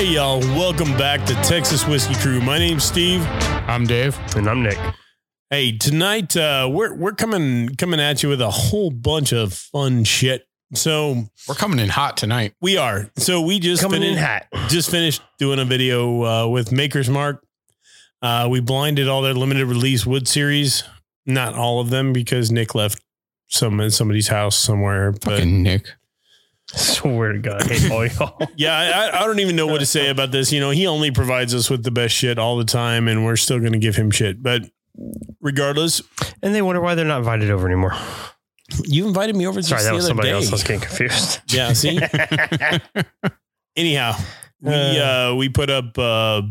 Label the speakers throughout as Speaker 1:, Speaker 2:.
Speaker 1: y'all. Welcome back to Texas Whiskey Crew. My name's Steve.
Speaker 2: I'm Dave.
Speaker 3: And I'm Nick.
Speaker 1: Hey, tonight uh, we're we're coming coming at you with a whole bunch of fun shit. So
Speaker 2: We're coming in hot tonight.
Speaker 1: we are. So we just
Speaker 3: Coming in
Speaker 1: finished,
Speaker 3: hot.
Speaker 1: just finished doing a video uh, with Maker's Mark. Uh, we blinded all their limited release wood series. Not all of them because Nick left some in somebody's house somewhere. But
Speaker 2: Fucking Nick.
Speaker 3: Swear to God, I hate all y'all.
Speaker 1: yeah, I, I- I don't even know what to say about this. You know, he only provides us with the best shit all the time, and we're still going to give him shit. But regardless,
Speaker 3: and they wonder why they're not invited over anymore.
Speaker 1: you invited me over.
Speaker 3: Sorry, that was somebody else. I was getting confused.
Speaker 1: Yeah. See. Anyhow, we uh, we put up uh,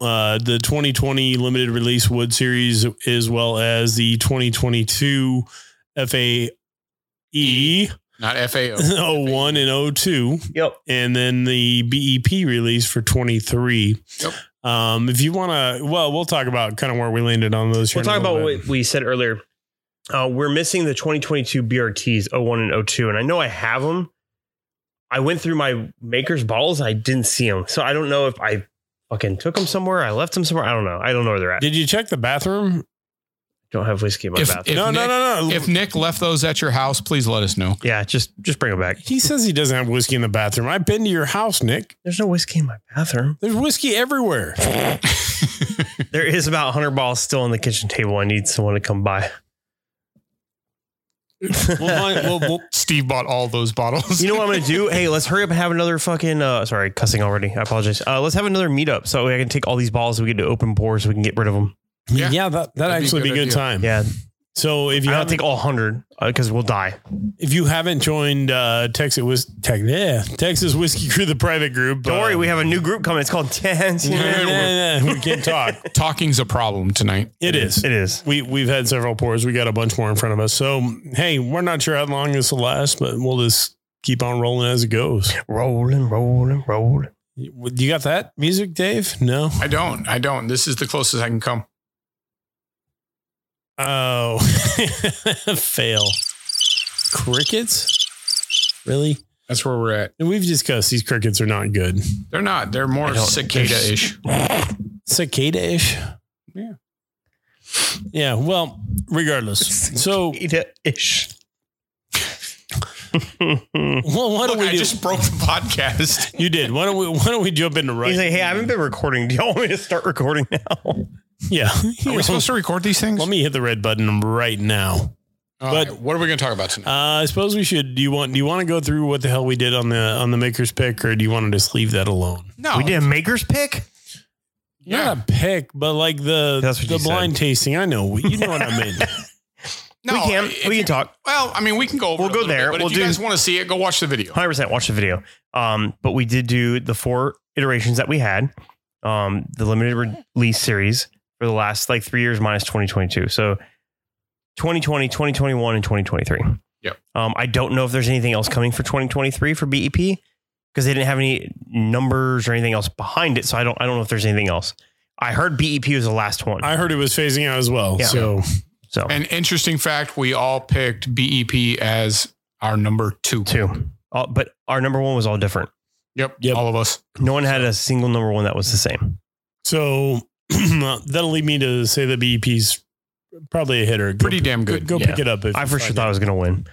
Speaker 1: uh, the 2020 limited release wood series as well as the 2022 FAE
Speaker 2: Not FAO.
Speaker 1: 01 E and 02
Speaker 3: Yep.
Speaker 1: and then the BEP release for 23.
Speaker 2: Yep.
Speaker 1: Um, if you want to, well, we'll talk about kind of where we landed on those. here
Speaker 3: We'll
Speaker 1: in a
Speaker 3: talk about
Speaker 1: little
Speaker 3: what we said earlier. Uh, we're missing the 2022 BRTs 01 and 02, and I know I have them. I went through my maker's balls. I didn't see them. So I don't know if I fucking took them somewhere. I left them somewhere. I don't know. I don't know where they're
Speaker 1: bit.
Speaker 3: at.
Speaker 1: Did you check the bathroom?
Speaker 3: don't have whiskey in my
Speaker 2: If-
Speaker 3: bathroom.
Speaker 2: if
Speaker 1: no, no,
Speaker 2: Nick-
Speaker 1: no, no,
Speaker 2: If Nick left those at your house, please let us know.
Speaker 3: yeah, just just bring them back.
Speaker 1: He says he doesn't have whiskey in the bathroom. I've been to your house, Nick.
Speaker 3: There's no whiskey in my bathroom.
Speaker 1: There's whiskey everywhere.
Speaker 3: There is about 100 balls still on the kitchen table. I need someone to come by.
Speaker 1: We'll find- we'll- we'll-
Speaker 2: Steve bought all those bottles.
Speaker 3: You know what I'm going to do? Hey, let's hurry up and have another fucking. Uh, sorry, cussing already. I apologize. Uh, let's have another meetup so I can take all these balls. We get to open boards. So we can get rid of them.
Speaker 1: yeah,
Speaker 2: Yeah.
Speaker 1: that that
Speaker 2: That'd be
Speaker 1: actually
Speaker 2: a
Speaker 1: be a
Speaker 2: good
Speaker 1: good
Speaker 2: idea.
Speaker 1: time.
Speaker 3: Yeah,
Speaker 1: So if you
Speaker 3: I don't
Speaker 1: haven't,
Speaker 3: take all hundred because we'll die.
Speaker 1: if you haven't joined uh, Texas Whis- Tech, yeah, Texas Whiskey Crew, the private group,
Speaker 3: Don't
Speaker 1: uh,
Speaker 3: worry, we have a new group coming. It's called Tens.
Speaker 1: nah,
Speaker 3: it
Speaker 1: nah, nah, we can talk.
Speaker 2: Talking's a problem tonight.
Speaker 1: It is.
Speaker 3: is.
Speaker 1: We we've had several pours. We got a bunch more in front of us. So hey, we're not sure how long this will last, but we'll just keep on rolling as it goes.
Speaker 3: Rolling, rolling, rolling.
Speaker 1: You got that music, Dave? No.
Speaker 2: I don't. I don't. This is the closest I can come.
Speaker 1: Oh, fail. Crickets? Really?
Speaker 2: That's where we're at.
Speaker 1: And we've discussed these crickets are not good.
Speaker 2: They're not. They're
Speaker 3: I
Speaker 2: more
Speaker 3: don't-
Speaker 2: cicada ish.
Speaker 1: Cicada ish.
Speaker 2: Yeah.
Speaker 1: Yeah. Well, regardless. So,
Speaker 3: Ish.
Speaker 1: well, why don't
Speaker 2: Look,
Speaker 1: we
Speaker 2: I
Speaker 1: do?
Speaker 2: just broke the podcast.
Speaker 1: you did. Why don't we? Why don't we jump into right?
Speaker 3: He's like, hey, I haven't been recording. Do y'all want me to start recording now?
Speaker 1: yeah.
Speaker 2: Are we supposed to record these things?
Speaker 1: Let me hit the red button right now.
Speaker 2: All
Speaker 1: but-
Speaker 2: right, what are we going to talk about tonight?
Speaker 1: Uh, I suppose we should. Do you want? Do you want to go through what the hell we did on the on the maker's pick, or do you want to just leave that alone?
Speaker 2: no,
Speaker 3: We did a maker's pick.
Speaker 2: Yeah.
Speaker 1: Not a pick, but like the
Speaker 3: That's what
Speaker 1: the
Speaker 3: you said.
Speaker 1: blind tasting. I know you know what I mean.
Speaker 2: No,
Speaker 3: we can.
Speaker 2: if
Speaker 3: We
Speaker 2: you-
Speaker 3: can talk.
Speaker 2: Well, I mean, we can go. Over
Speaker 3: We'll
Speaker 2: it a
Speaker 3: go
Speaker 2: little bit,
Speaker 3: there.
Speaker 2: but
Speaker 3: We'll
Speaker 2: if you
Speaker 3: do-
Speaker 2: guys want to see it, go watch the video.
Speaker 3: Hundred percent. Watch the video. Um, but we did do the four iterations that we had. Um, the limited release series for the last like three years minus 2022. So 2020, 2021, and 2023.
Speaker 2: Yep.
Speaker 3: Um, I don't know if there's anything else coming for 2023 for BEP because they didn't have any numbers or anything else behind it. So I don't I don't know if there's anything else. I heard BEP was the last one.
Speaker 1: I heard it was phasing out as well.
Speaker 3: Yeah.
Speaker 1: So
Speaker 3: so
Speaker 2: An interesting fact: we all picked BEP as our number two.
Speaker 3: two. Uh, but our number one was all different.
Speaker 2: Yep.
Speaker 1: Yep.
Speaker 2: All of us.
Speaker 3: No one had a single number one that was the same.
Speaker 1: so that'll lead me to say the BEP's probably a hitter. Go, E
Speaker 2: Pretty damn
Speaker 1: go,
Speaker 2: good.
Speaker 1: go
Speaker 3: Yeah.
Speaker 1: pick it up. If
Speaker 3: I
Speaker 1: you
Speaker 3: for sure
Speaker 1: find
Speaker 3: thought I
Speaker 1: it.
Speaker 3: was going to win,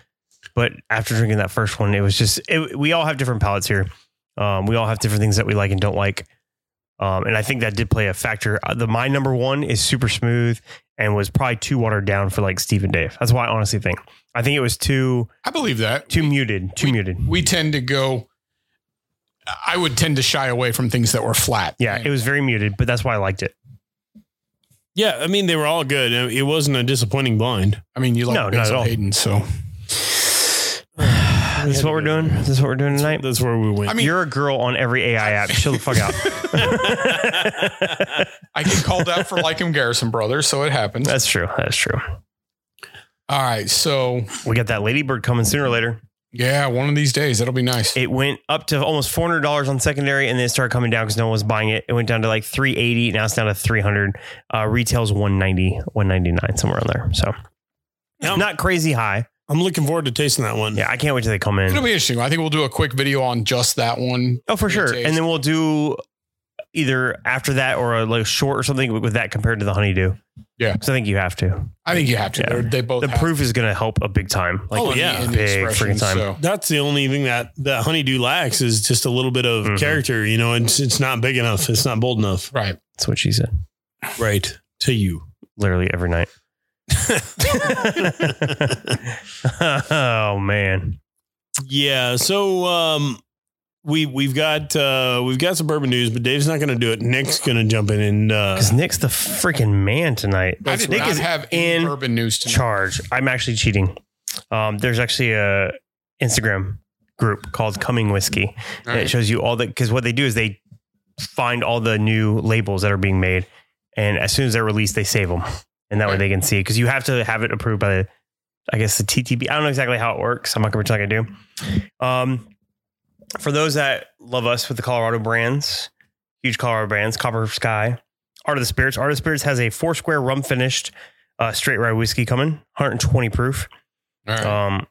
Speaker 3: but after drinking that first one, it was just it, we all have different palates here. Um, we all have different things that we like and don't like, um, and I think that did play a factor. Uh, the my number one is super smooth and was probably too watered down for like Steve and Dave. That's why I honestly think I think it was too
Speaker 2: I believe that.
Speaker 3: too muted, too muted.
Speaker 2: We tend to go. I would tend to shy away from things that were flat.
Speaker 3: Yeah, it was very muted, but that's why I liked it.
Speaker 1: Yeah, I mean they were all good. It wasn't a disappointing blind.
Speaker 2: I mean, you like
Speaker 3: No, not at
Speaker 2: Basil
Speaker 3: all.
Speaker 2: Hayden, so
Speaker 3: This is what we're doing. This is what we're doing tonight.
Speaker 1: That's where we went.
Speaker 2: I mean-
Speaker 3: You're a girl on every AI app. Chill the fuck out.
Speaker 2: I get called out for liking Garrison Brothers, so it happens.
Speaker 3: that's true. That's true.
Speaker 2: All right, so
Speaker 3: We got that ladybird coming sooner or later.
Speaker 2: yeah, one of these days that'll be nice.
Speaker 3: it went up to almost four hundred dollars on secondary, and then it started coming down because no one was buying it. It went down to like three eighty. Now it's down to three hundred. Uh, retails 190, 199, somewhere on there. So
Speaker 1: Yeah.
Speaker 3: not crazy high.
Speaker 1: I'm looking forward to tasting that one.
Speaker 3: Yeah, I can't wait till they come in.
Speaker 2: It'll be interesting. I think we'll do a quick video on just that one.
Speaker 3: Oh, for
Speaker 2: Good
Speaker 3: sure.
Speaker 2: taste.
Speaker 3: And then we'll do either after that or a like short or something with that compared to the honeydew.
Speaker 2: Yeah.
Speaker 3: because I think you have to.
Speaker 2: I think you have to.
Speaker 3: Yeah.
Speaker 2: They're- They both
Speaker 3: The
Speaker 2: have
Speaker 3: proof is going to help a big time. Like,
Speaker 1: Oh,
Speaker 2: in the-
Speaker 1: yeah.
Speaker 2: in the
Speaker 3: Big
Speaker 2: expression,
Speaker 3: freaking time.
Speaker 2: So
Speaker 1: That's the only thing that that honeydew lacks is just a little bit of
Speaker 3: Mhm.
Speaker 1: character. You know, it's it's not big enough. It's not bold enough.
Speaker 2: right.
Speaker 3: that's what she said.
Speaker 1: Right to you.
Speaker 3: Literally every night. oh man.
Speaker 1: Yeah. So um, we we've got uh, we've got suburban news, but Dave's not going to do it. Nick's going to jump in and uh,
Speaker 3: Because Nick's the freaking man tonight.
Speaker 2: I did
Speaker 3: Nick
Speaker 2: not
Speaker 3: is
Speaker 2: have any
Speaker 3: in
Speaker 2: urban news tonight.
Speaker 3: charge. I'm actually cheating. Um, there's actually a Instagram group called Coming Whiskey.
Speaker 2: All
Speaker 3: And
Speaker 2: right.
Speaker 3: it shows you all the because what they do is they find all the new labels that are being made, and as soon as they're released, they save them, and that way
Speaker 2: Okay.
Speaker 3: they can see because you have to have it approved by the, I guess the TTB. I don't know exactly how it works. I'm not gonna pretend like I do. Um, for those that love us with the Colorado brands, huge Colorado brands, Copper Sky, Art of the Spirits. Art of the Spirits has a four square rum finished uh, straight rye whiskey coming, 120 proof.
Speaker 2: All right.
Speaker 3: Um,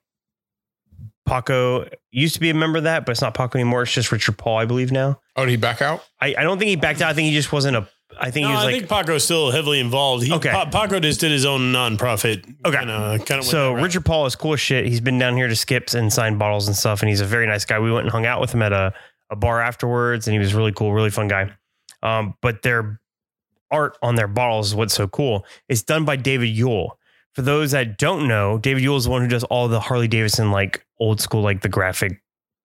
Speaker 3: Paco used to be a member of that, but it's not Paco anymore. It's just Richard Paul, I believe now.
Speaker 2: oh, did he back out?
Speaker 3: I, I don't think he backed out. I think he just wasn't a. I think
Speaker 1: No,
Speaker 3: he was
Speaker 1: I
Speaker 3: like
Speaker 1: think Paco's still heavily involved. He,
Speaker 3: Okay.
Speaker 1: Pa- Paco just did his own nonprofit.
Speaker 3: Okay.
Speaker 1: Kinda, kinda
Speaker 3: So Richard Paul is cool as shit. He's been down here to Skips and sign bottles and stuff, and he's a very nice guy. We went and hung out with him at a, a bar afterwards, and he was really cool, really fun guy. Um, but their art on their bottles is what's so cool. It's done by David Yule. For those that don't know, David Yule is the one who does all the Harley Davidson like old school like the graphic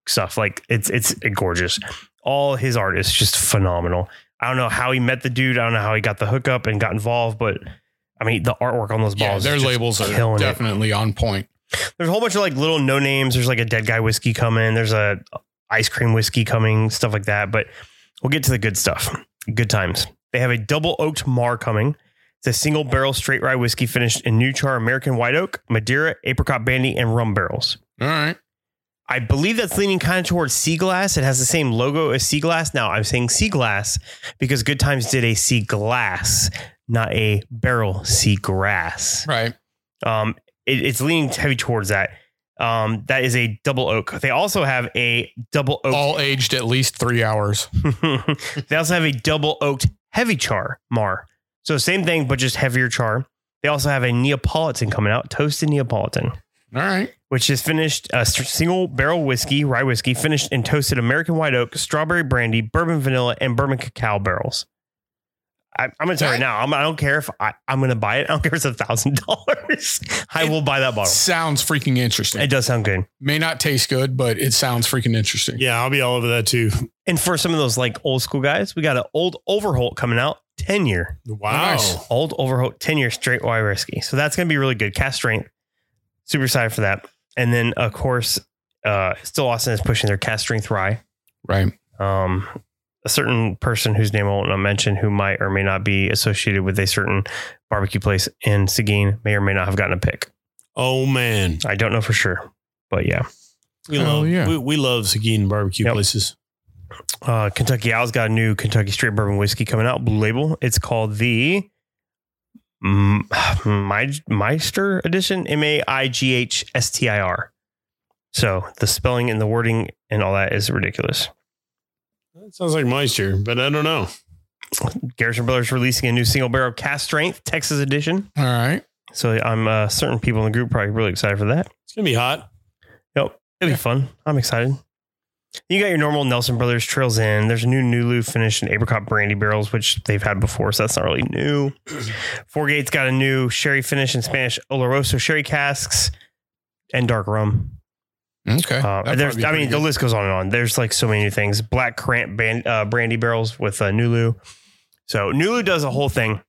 Speaker 3: stuff. Like it's it's gorgeous. All his art is just phenomenal. I don't know how he met the dude. I don't know how he got the hookup and got involved, but I mean the artwork on those
Speaker 2: Yeah,
Speaker 3: bottles.
Speaker 2: their
Speaker 3: is just
Speaker 2: labels are
Speaker 3: killing it
Speaker 2: definitely on point.
Speaker 3: there's a whole bunch of like little no names. There's like a dead guy whiskey coming. There's a ice cream whiskey coming, stuff like that. But we'll get to the good stuff. Good times. They have a double oaked mar coming. It's a single barrel straight rye whiskey finished in new char American white oak, Madeira, apricot brandy, and rum barrels.
Speaker 2: All right.
Speaker 3: I believe that's leaning kind of towards Sea Glass. It has the same logo as Sea Glass. Now I'm saying Sea Glass because Good Times did a Sea Glass, not a barrel Sea Grass.
Speaker 2: Right.
Speaker 3: Um, it, it's leaning heavy towards that. Um, that is a double oak. They also have a double oak.
Speaker 2: All aged at least three hours.
Speaker 3: they also have a double oaked heavy char mar. So same thing, but just heavier char. They also have a Neapolitan coming out, toasted Neapolitan,
Speaker 2: All right.
Speaker 3: which is finished a s- single barrel whiskey, rye whiskey, finished in toasted American white oak, strawberry brandy, bourbon vanilla, and bourbon cacao barrels. I, I'm gonna tell you right now, I'm, I don't care if I, I'm gonna buy it. I don't care if it's a thousand dollars. I will buy that bottle.
Speaker 2: Sounds freaking interesting.
Speaker 3: It
Speaker 2: It
Speaker 3: does sound good.
Speaker 2: may not taste good, but it sounds freaking interesting.
Speaker 1: Yeah, I'll be all over that too.
Speaker 3: And for some of those like old school guys, we got an old Overholt coming out, 10 year. Oh,
Speaker 1: Wow.
Speaker 2: Nice.
Speaker 3: Old Overholt, 10 year straight wire risky. So that's going to be really good. Cast strength. Super excited for that. And then, of course, uh, Still Austin is pushing their cast strength rye.
Speaker 2: Right.
Speaker 3: Um, a certain person whose name I won't mention who might or may not be associated with a certain barbecue place in Seguin may or may not have gotten a pick.
Speaker 1: Oh man,
Speaker 3: I don't know for sure, but yeah.
Speaker 1: we
Speaker 2: Hell
Speaker 1: love
Speaker 2: yeah.
Speaker 1: we, we love Seguin barbecue
Speaker 3: Yep.
Speaker 1: places.
Speaker 3: Uh, Kentucky Owl's got a new Kentucky Straight Bourbon Whiskey coming out, blue label. It's called the M- Mi- Meister Edition, M A I G H S T I R. So the spelling and the wording and all that is ridiculous.
Speaker 1: That sounds like moisture, but I don't know.
Speaker 3: Garrison Brothers releasing a new single barrel cast strength Texas edition.
Speaker 2: All right.
Speaker 3: So I'm uh, certain people in the group probably really excited for that.
Speaker 1: It's gonna be hot.
Speaker 3: Yep, it'll be fun. I'm excited. You got your normal Nelson Brothers Trails in. There's a new Nulu finish in apricot brandy barrels, which they've had before, so that's not really new. Four Gates got a new sherry finish in Spanish Oloroso sherry casks and dark rum.
Speaker 2: Okay.
Speaker 3: Uh,
Speaker 2: That'd
Speaker 3: there's,
Speaker 2: probably be
Speaker 3: I
Speaker 2: pretty
Speaker 3: mean, the
Speaker 2: good.
Speaker 3: list goes on and on. There's like so many new things. Black Crant band, uh, brandy barrels with uh, Nulu. So Nulu does a whole thing.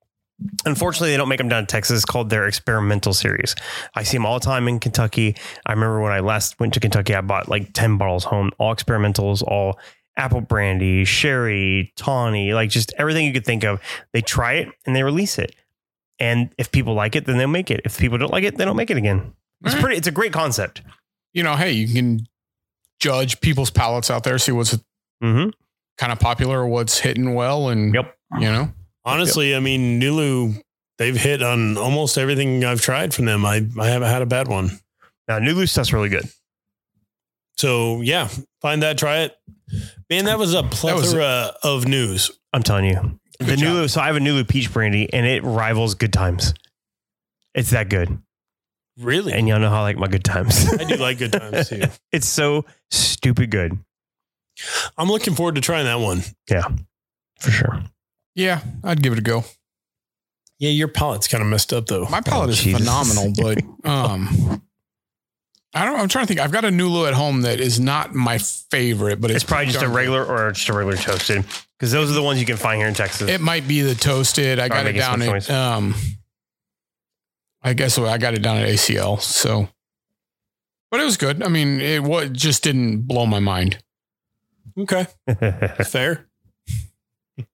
Speaker 3: Unfortunately, they don't make them down in Texas. It's called their experimental series. I see them all the time in Kentucky. I remember when I last went to Kentucky, I bought like 10 bottles home, all experimentals, all apple brandy, sherry, tawny, like just everything you could think of. They try it and they release it. And if people like it, then they'll make it. If people don't like it, they don't make it again. It's
Speaker 2: Alright.
Speaker 3: pretty, it's a great concept.
Speaker 2: you know, hey, you can judge people's palates out there, see what's
Speaker 3: Mm hmm.
Speaker 2: kind of popular, what's hitting well, and
Speaker 3: Yep.
Speaker 2: you know,
Speaker 1: Honestly, I mean Nulu, they've hit on almost everything I've tried from them. I I haven't had a bad one.
Speaker 3: Now, new loose stuff's really good.
Speaker 1: So yeah, find that, try it. Man, that was a
Speaker 2: was-
Speaker 1: plethora of news.
Speaker 3: I'm telling you. the
Speaker 2: Good
Speaker 3: new
Speaker 2: job.
Speaker 3: Nulu, so I have a Nulu peach brandy and it rivals good times. It's that good.
Speaker 1: Really,
Speaker 3: And y'all know how I like my good times.
Speaker 1: I do like good times too.
Speaker 3: it's so stupid good
Speaker 1: I'm looking forward to trying that one.
Speaker 3: for sure.
Speaker 2: Yeah, I'd give it a go.
Speaker 1: Yeah, your palate's kind of messed up though.
Speaker 2: My palate
Speaker 3: Oh,
Speaker 2: is
Speaker 3: Jesus.
Speaker 2: phenomenal, but um, I don't. I'm trying to think. I've got a Nulo at home that is not my favorite, but it's,
Speaker 3: It's probably just a
Speaker 2: darn good.
Speaker 3: regular or just a regular toasted because those are the ones you can find here in Texas.
Speaker 2: It might be the toasted. I got it
Speaker 3: making some
Speaker 2: down at
Speaker 3: choice.
Speaker 2: um. I guess what I got it down at ACL. So, but it was good. I mean, it what just didn't blow my mind.
Speaker 1: okay, fair.
Speaker 2: All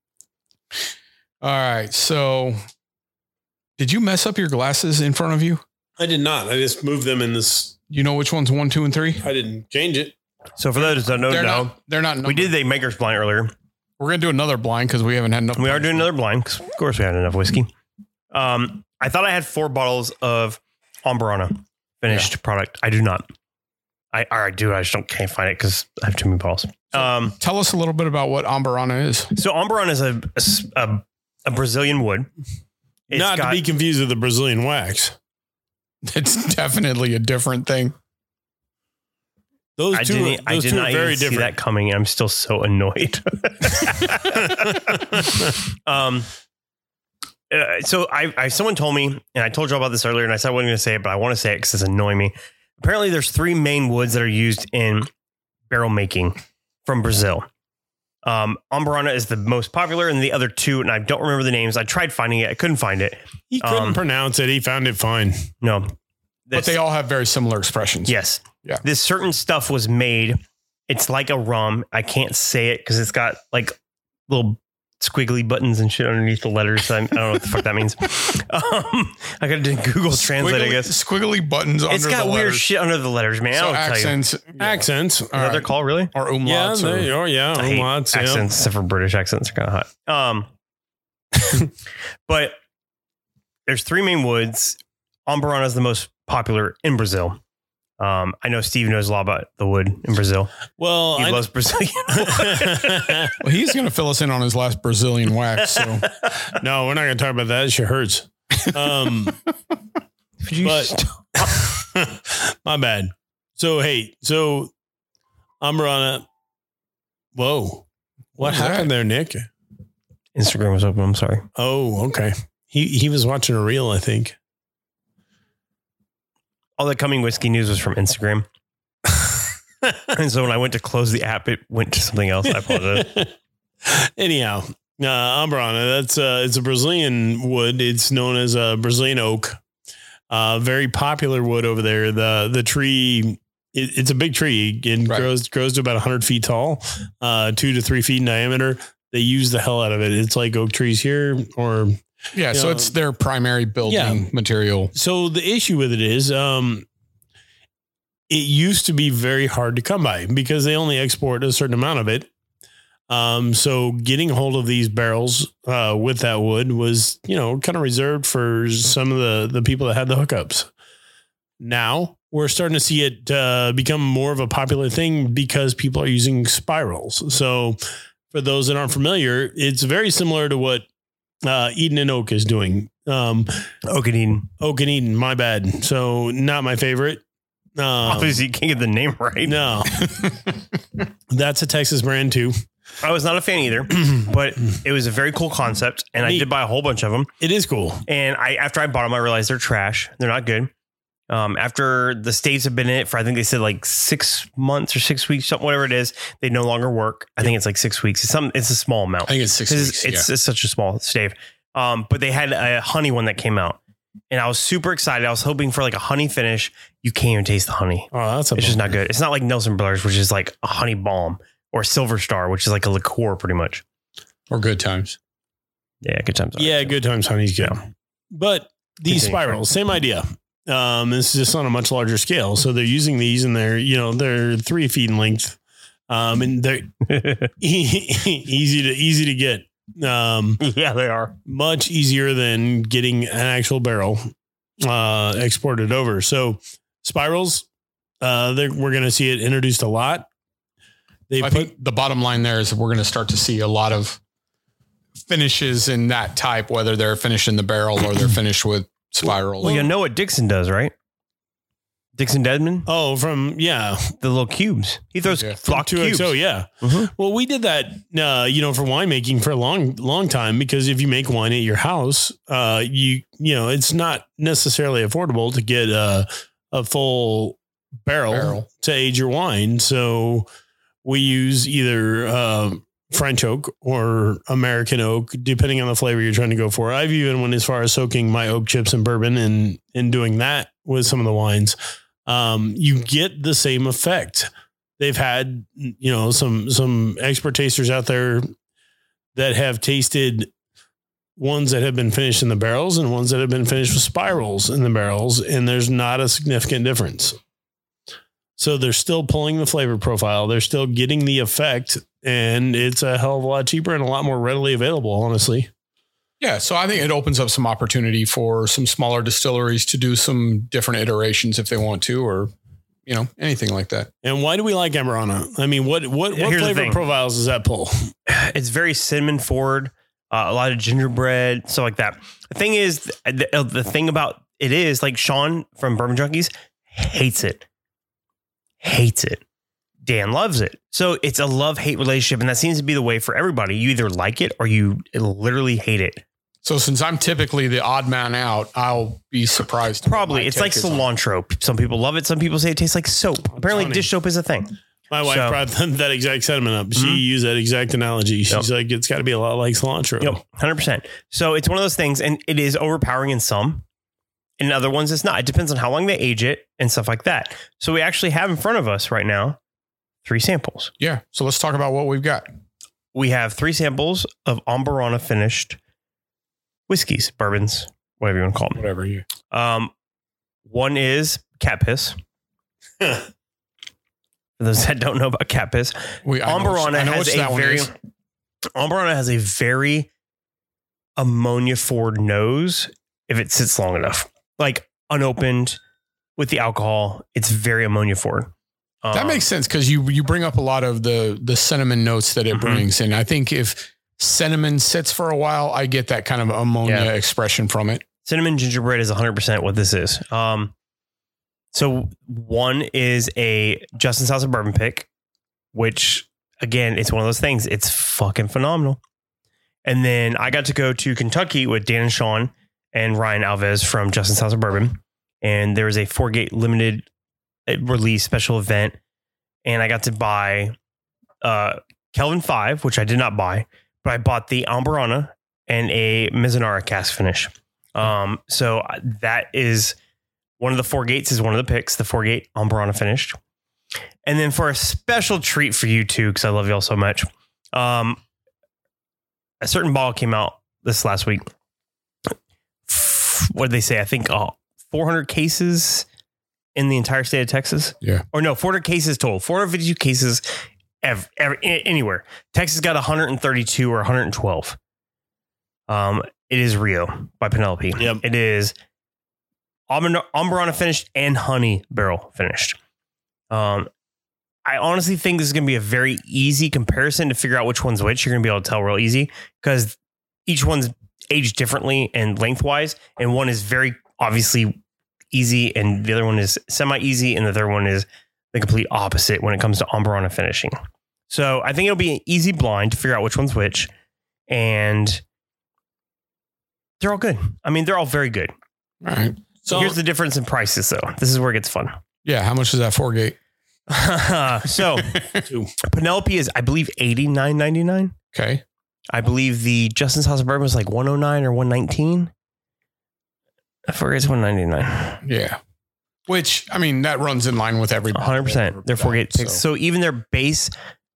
Speaker 2: right. So, did you mess up your glasses in front of you?
Speaker 1: I did not. I just moved them in this.
Speaker 2: You know which ones one, two, and three?
Speaker 1: I didn't change it.
Speaker 3: so for those that don't know,
Speaker 2: they're
Speaker 3: no,
Speaker 2: not. They're not.
Speaker 3: we
Speaker 2: numbered.
Speaker 3: did the maker's blind earlier.
Speaker 2: We're gonna do another blind because we haven't had enough.
Speaker 3: We are doing
Speaker 2: punishment.
Speaker 3: another blind because of course we had enough whiskey. Um, I thought I had four bottles of Ambarana finished product. I do not. I all right, dude. I just don't can't find it because I have too many bottles. Um,
Speaker 2: Tell us a little bit about what Ambarana is.
Speaker 3: so Ambarana is a a s- a, a Brazilian wood. It's
Speaker 1: not
Speaker 3: got-
Speaker 1: to be confused with the Brazilian wax.
Speaker 2: It's definitely a different thing.
Speaker 1: Those
Speaker 3: I
Speaker 1: two,
Speaker 3: didn't. e-
Speaker 1: are,
Speaker 3: I
Speaker 1: those
Speaker 3: did
Speaker 1: two
Speaker 3: not
Speaker 1: are very
Speaker 3: even see that
Speaker 1: different.
Speaker 3: coming, and I'm still so annoyed. um, uh, so I, I, someone told me, and I told you all about this earlier, and I said I wasn't going to say it, but I want to say it because it's annoying me. Apparently, there's three main woods that are used in barrel making from Brazil. Um, Ambarana is the most popular, and the other two, and I don't remember the names. I tried finding it, I couldn't find it.
Speaker 1: He couldn't
Speaker 3: Um,
Speaker 1: pronounce it. He found it fine.
Speaker 3: No,
Speaker 2: But they all have very similar expressions.
Speaker 3: Yes.
Speaker 2: Yeah.
Speaker 3: This certain stuff was made. It's like a rum. I can't say it because it's got like little squiggly buttons and shit underneath the letters. I, I don't know what the fuck that means. Um, I gotta do Google Translate. I
Speaker 2: Squiggly-
Speaker 3: guess
Speaker 2: Squiggly buttons under
Speaker 3: it's got
Speaker 2: the
Speaker 3: weird
Speaker 2: letters.
Speaker 3: shit under the letters, man. I
Speaker 2: So
Speaker 3: don't tell you.
Speaker 2: accents, accents,
Speaker 1: Accents.
Speaker 3: Is that
Speaker 2: all
Speaker 3: their
Speaker 2: right.
Speaker 3: call really?
Speaker 1: Yeah,
Speaker 2: or umlauts.
Speaker 1: they
Speaker 2: or,
Speaker 1: are. Yeah,
Speaker 3: I hate
Speaker 1: lots, yeah.
Speaker 3: accents, except for British accents, are kind of hot. Um, but there's three main woods. Ambarana is the most popular in Brazil. Um, I know Steve knows a lot about the wood in Brazil.
Speaker 1: Well,
Speaker 3: He
Speaker 1: I,
Speaker 3: loves Brazilian.
Speaker 2: well, he's going to fill us in on his last Brazilian wax. So
Speaker 1: no, we're not going to talk about that. That shit hurts. Um, But- my bad. So hey, so Amrana. Whoa, what
Speaker 2: was
Speaker 1: happened there, Nick?
Speaker 3: Instagram was open. I'm sorry.
Speaker 1: Oh, okay. He he was watching a reel, I think.
Speaker 3: All the coming whiskey news was from Instagram. and so when I went to close the app, it went to something else. I apologize.
Speaker 1: Anyhow, uh, Ambrana, that's uh, it's a Brazilian wood. It's known as a Brazilian oak. Uh, very popular wood over there. The the tree, it, it's a big tree. It
Speaker 2: Right.
Speaker 1: grows grows to about hundred feet tall, uh, two to three feet in diameter. They use the hell out of it. It's like oak trees here, or
Speaker 2: yeah, so
Speaker 1: Yeah.
Speaker 2: it's their primary building
Speaker 1: Yeah.
Speaker 2: material.
Speaker 1: so the issue with it is, um, it used to be very hard to come by because they only export a certain amount of it. Um, so getting hold of these barrels uh, with that wood was, you know, kind of reserved for some of the the people that had the hookups. Now we're starting to see it uh, become more of a popular thing because people are using spirals. So for those that aren't familiar, it's very similar to what uh, Eden and Oak is doing. Um,
Speaker 3: Okaneen.
Speaker 1: Oak and Eden, my bad. So not my favorite. Um,
Speaker 3: Obviously, you can't get the name right.
Speaker 1: no, that's a Texas brand too.
Speaker 3: I was not a fan either, but it was a very cool concept. And I
Speaker 1: Neat.
Speaker 3: did buy a whole bunch of them.
Speaker 1: It is cool.
Speaker 3: And I after I bought them, I realized they're trash. They're not good. Um, after the states have been in it for, I think they said like six months or six weeks, something, whatever it is, they no longer work. I think it's like six weeks. It's some, it's a small amount.
Speaker 2: I think it's six weeks.
Speaker 3: It's, it's, it's such a small stave. Um, but they had a honey one that came out, and I was super excited. I was hoping for like a honey finish. You can't even taste the honey.
Speaker 1: Oh, that's a
Speaker 3: It's just not good. It's not like Nelson Brothers, which is like a honey balm, or Silver Star, which is like a liqueur, pretty much.
Speaker 2: yeah. Or good times.
Speaker 3: Yeah, good times.
Speaker 1: yeah, good times, honey's good. But these
Speaker 3: Continue.
Speaker 1: spirals, same idea. Um, this is just on a much larger scale. So they're using these, and they're you know they're three feet in length, um, and they're e-, easy to easy to get. Um,
Speaker 3: yeah, they are.
Speaker 1: much easier than getting an actual barrel uh, exported over. So spirals. Uh, they're- we're going to see it introduced a lot. They
Speaker 2: I
Speaker 1: put
Speaker 2: think the bottom line there is we're going to start to see a lot of finishes in that type, whether they're finished in the barrel or they're finished with spiral.
Speaker 3: Well, you know what Dixon does, right? Dixon Deadman,
Speaker 1: oh from yeah
Speaker 3: the little cubes. He throws
Speaker 2: Yeah.
Speaker 3: flock
Speaker 1: two Mm-hmm.
Speaker 3: cubes.
Speaker 1: XO yeah.
Speaker 3: Mhm.
Speaker 1: Well, we did that uh, you know for winemaking for a long long time because if you make wine at your house, uh, you you know it's not necessarily affordable to get a a full barrel,
Speaker 2: Barrel.
Speaker 1: to age your wine. So we use either. Uh, French oak or American oak, depending on the flavor you're trying to go for. I've even went as far as soaking my oak chips in bourbon and and doing that with some of the wines. Um, you get the same effect. They've had you know some some expert tasters out there that have tasted ones that have been finished in the barrels and ones that have been finished with spirals in the barrels, and there's not a significant difference. So they're still pulling the flavor profile. They're still getting the effect, and it's a hell of a lot cheaper and a lot more readily available. Honestly,
Speaker 2: Yeah, so I think it opens up some opportunity for some smaller distilleries to do some different iterations if they want to, or you know anything like that.
Speaker 1: and why do we like Amarana? I mean, what what
Speaker 3: Yeah,
Speaker 1: what
Speaker 3: here's the
Speaker 1: flavor
Speaker 3: thing.
Speaker 1: profiles does that pull?
Speaker 3: It's very cinnamon forward, uh, a lot of gingerbread, stuff like that. The thing is, the, uh, the thing about it is, like Sean from Bourbon Junkies hates it, hates it. Dan loves it. So it's a love hate relationship. And that seems to be the way for everybody. You either like it or you literally hate it.
Speaker 2: So since I'm typically the odd man out, I'll be surprised. at what
Speaker 3: Probably.
Speaker 2: my
Speaker 3: It's
Speaker 2: take
Speaker 3: like
Speaker 2: is on it.
Speaker 3: cilantro. Some people love it. Some people say it tastes like soap. Apparently,
Speaker 1: telling you.
Speaker 3: dish soap is a thing.
Speaker 1: My wife
Speaker 3: So-
Speaker 1: brought them that exact sentiment up. She
Speaker 3: Mhm.
Speaker 1: used that exact analogy. She's like, it's got to be a lot like cilantro.
Speaker 3: Yep, hundred percent. So it's one of those things, and it is overpowering in some, in other ones it's not. It depends on how long they age it and stuff like that. So we actually have in front of us right now three samples.
Speaker 2: Yeah. So let's talk about what we've got.
Speaker 3: We have three samples of Ambarana finished whiskeys, bourbons, whatever you want to call them.
Speaker 2: Whatever you.
Speaker 3: Um, one is cat piss. For those that don't know about cat piss,
Speaker 2: We. I know which-
Speaker 3: Ambarana
Speaker 2: I know
Speaker 3: has
Speaker 2: which
Speaker 3: a
Speaker 2: that one
Speaker 3: very
Speaker 2: is.
Speaker 3: Ambarana has a very ammonia forward nose if it sits long enough. Like unopened with the alcohol, it's very ammonia forward. Um,
Speaker 2: That makes sense because you you bring up a lot of the the cinnamon notes that it
Speaker 3: Mhm.
Speaker 2: brings, and I think if cinnamon sits for a while, I get that kind of ammonia
Speaker 3: Yeah.
Speaker 2: expression from it.
Speaker 3: cinnamon gingerbread is 100% what this is. Um, so one is a Justin's House of Bourbon pick, which again, it's one of those things. It's fucking phenomenal. And then I got to go to Kentucky with Dan and Sean and Ryan Alves from Justin's House of Bourbon. And there was a four gate limited uh, release special event. And I got to buy uh, Kelvin 5, which I did not buy, but I bought the Ambarana and a Mizunara cast finish. Um, so that is one of the four gates is one of the picks. The four gate Umbrana finished, and then for a special treat for you two because I love y'all so much. Um, a certain ball came out this last week. What did they say? I think uh, 400 cases in the entire state of Texas.
Speaker 2: Yeah.
Speaker 3: Or no, 400 cases total. 452 cases ev- ev- a- anywhere. Texas got 132 or 112. Um, it is Rio by Penelope.
Speaker 1: Yep.
Speaker 3: It is Amber- Amberana finished and Honey Barrel finished. Um, I honestly think this is going to be a very easy comparison to figure out which one's which. You're going to be able to tell real easy because each one's aged differently and lengthwise, and one is very obviously easy, and the other one is semi easy, and the third one is the complete opposite when it comes to Amberana finishing. So I think it'll be an easy blind to figure out which one's which, and they're all good. I mean, they're all very good.
Speaker 2: All right.
Speaker 1: So
Speaker 3: Here's the difference in prices, though. This is where it gets fun.
Speaker 2: Yeah. How much is that four gate?
Speaker 3: so Penelope is, I believe, eighty nine ninety nine.
Speaker 2: Okay.
Speaker 3: I believe the Justin's House of Bourbon was like one hundred nine or one nineteen. I forget it's one ninety nine.
Speaker 2: Yeah. Which I mean, that runs in line with every
Speaker 3: One hundred percent. Their four gate picks. So even their base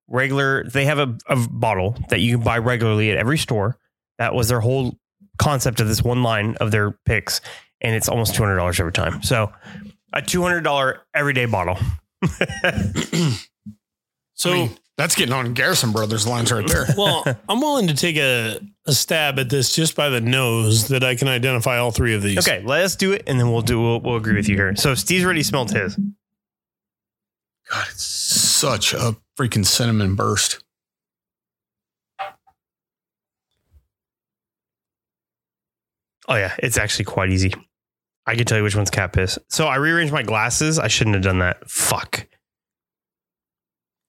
Speaker 3: regular, they have a, a bottle that you can buy regularly at every store. That was their whole concept of this one line of their picks, and it's almost two hundred dollars every time. So a two hundred dollar everyday bottle.
Speaker 1: So
Speaker 2: I mean- That's getting on Garrison Brothers lines right there.
Speaker 1: Well, I'm willing to take a, a stab at this just by the nose that I can identify all three of these.
Speaker 3: Okay, let us do it, and then we'll do. We'll, we'll agree with you here. So Steve's already smelled his.
Speaker 2: God, it's such a freaking cinnamon burst.
Speaker 3: Oh yeah, it's actually quite easy. I can tell you which one's cat piss. So I rearranged my glasses. I shouldn't have done that. Fuck.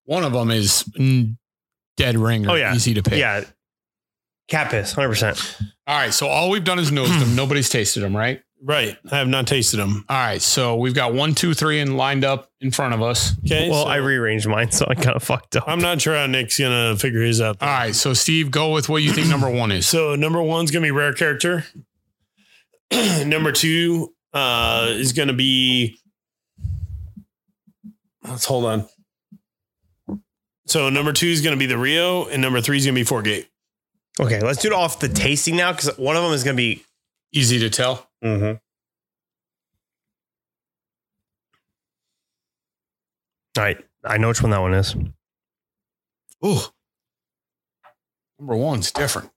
Speaker 2: One of them is mm, dead ringer.
Speaker 3: Oh, yeah.
Speaker 2: Easy to pick.
Speaker 3: Yeah. Cat piss, 100%.
Speaker 2: All right. So all we've done is nose them. Nobody's tasted them, right?
Speaker 1: Right. I have not tasted them.
Speaker 2: All right. So we've got one, two, three, and lined up in front of us.
Speaker 1: Okay.
Speaker 3: Well,
Speaker 1: so
Speaker 3: I rearranged mine, so I kind of fucked up.
Speaker 1: I'm not sure how Nick's going to figure his out.
Speaker 2: All right. So Steve, go with what you think number one is.
Speaker 1: So number one's gonna be rare character. number two uh, is gonna be. Let's hold on. So number two is gonna be the Rio, and number three is gonna be Forgate.
Speaker 3: Okay, let's do it off the tasting now because one of them is going to be. mm-hmm.
Speaker 2: Easy to tell.
Speaker 3: All right. I know which one that one is.
Speaker 2: Ooh. Number one's different.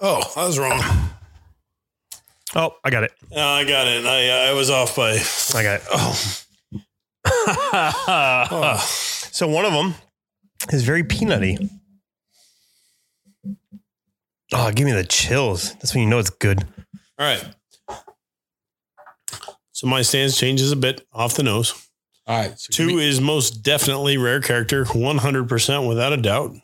Speaker 1: Oh, I was wrong.
Speaker 3: Oh, I got it.
Speaker 1: Ah, I got it. I I was off by.
Speaker 3: I got it.
Speaker 1: Oh.
Speaker 3: So one of them is very peanutty. Oh, give me the chills. That's when you know it's good.
Speaker 1: All right. So my stance changes a bit off the nose.
Speaker 2: All right. So
Speaker 1: Two is most definitely rare character, 100% without a doubt.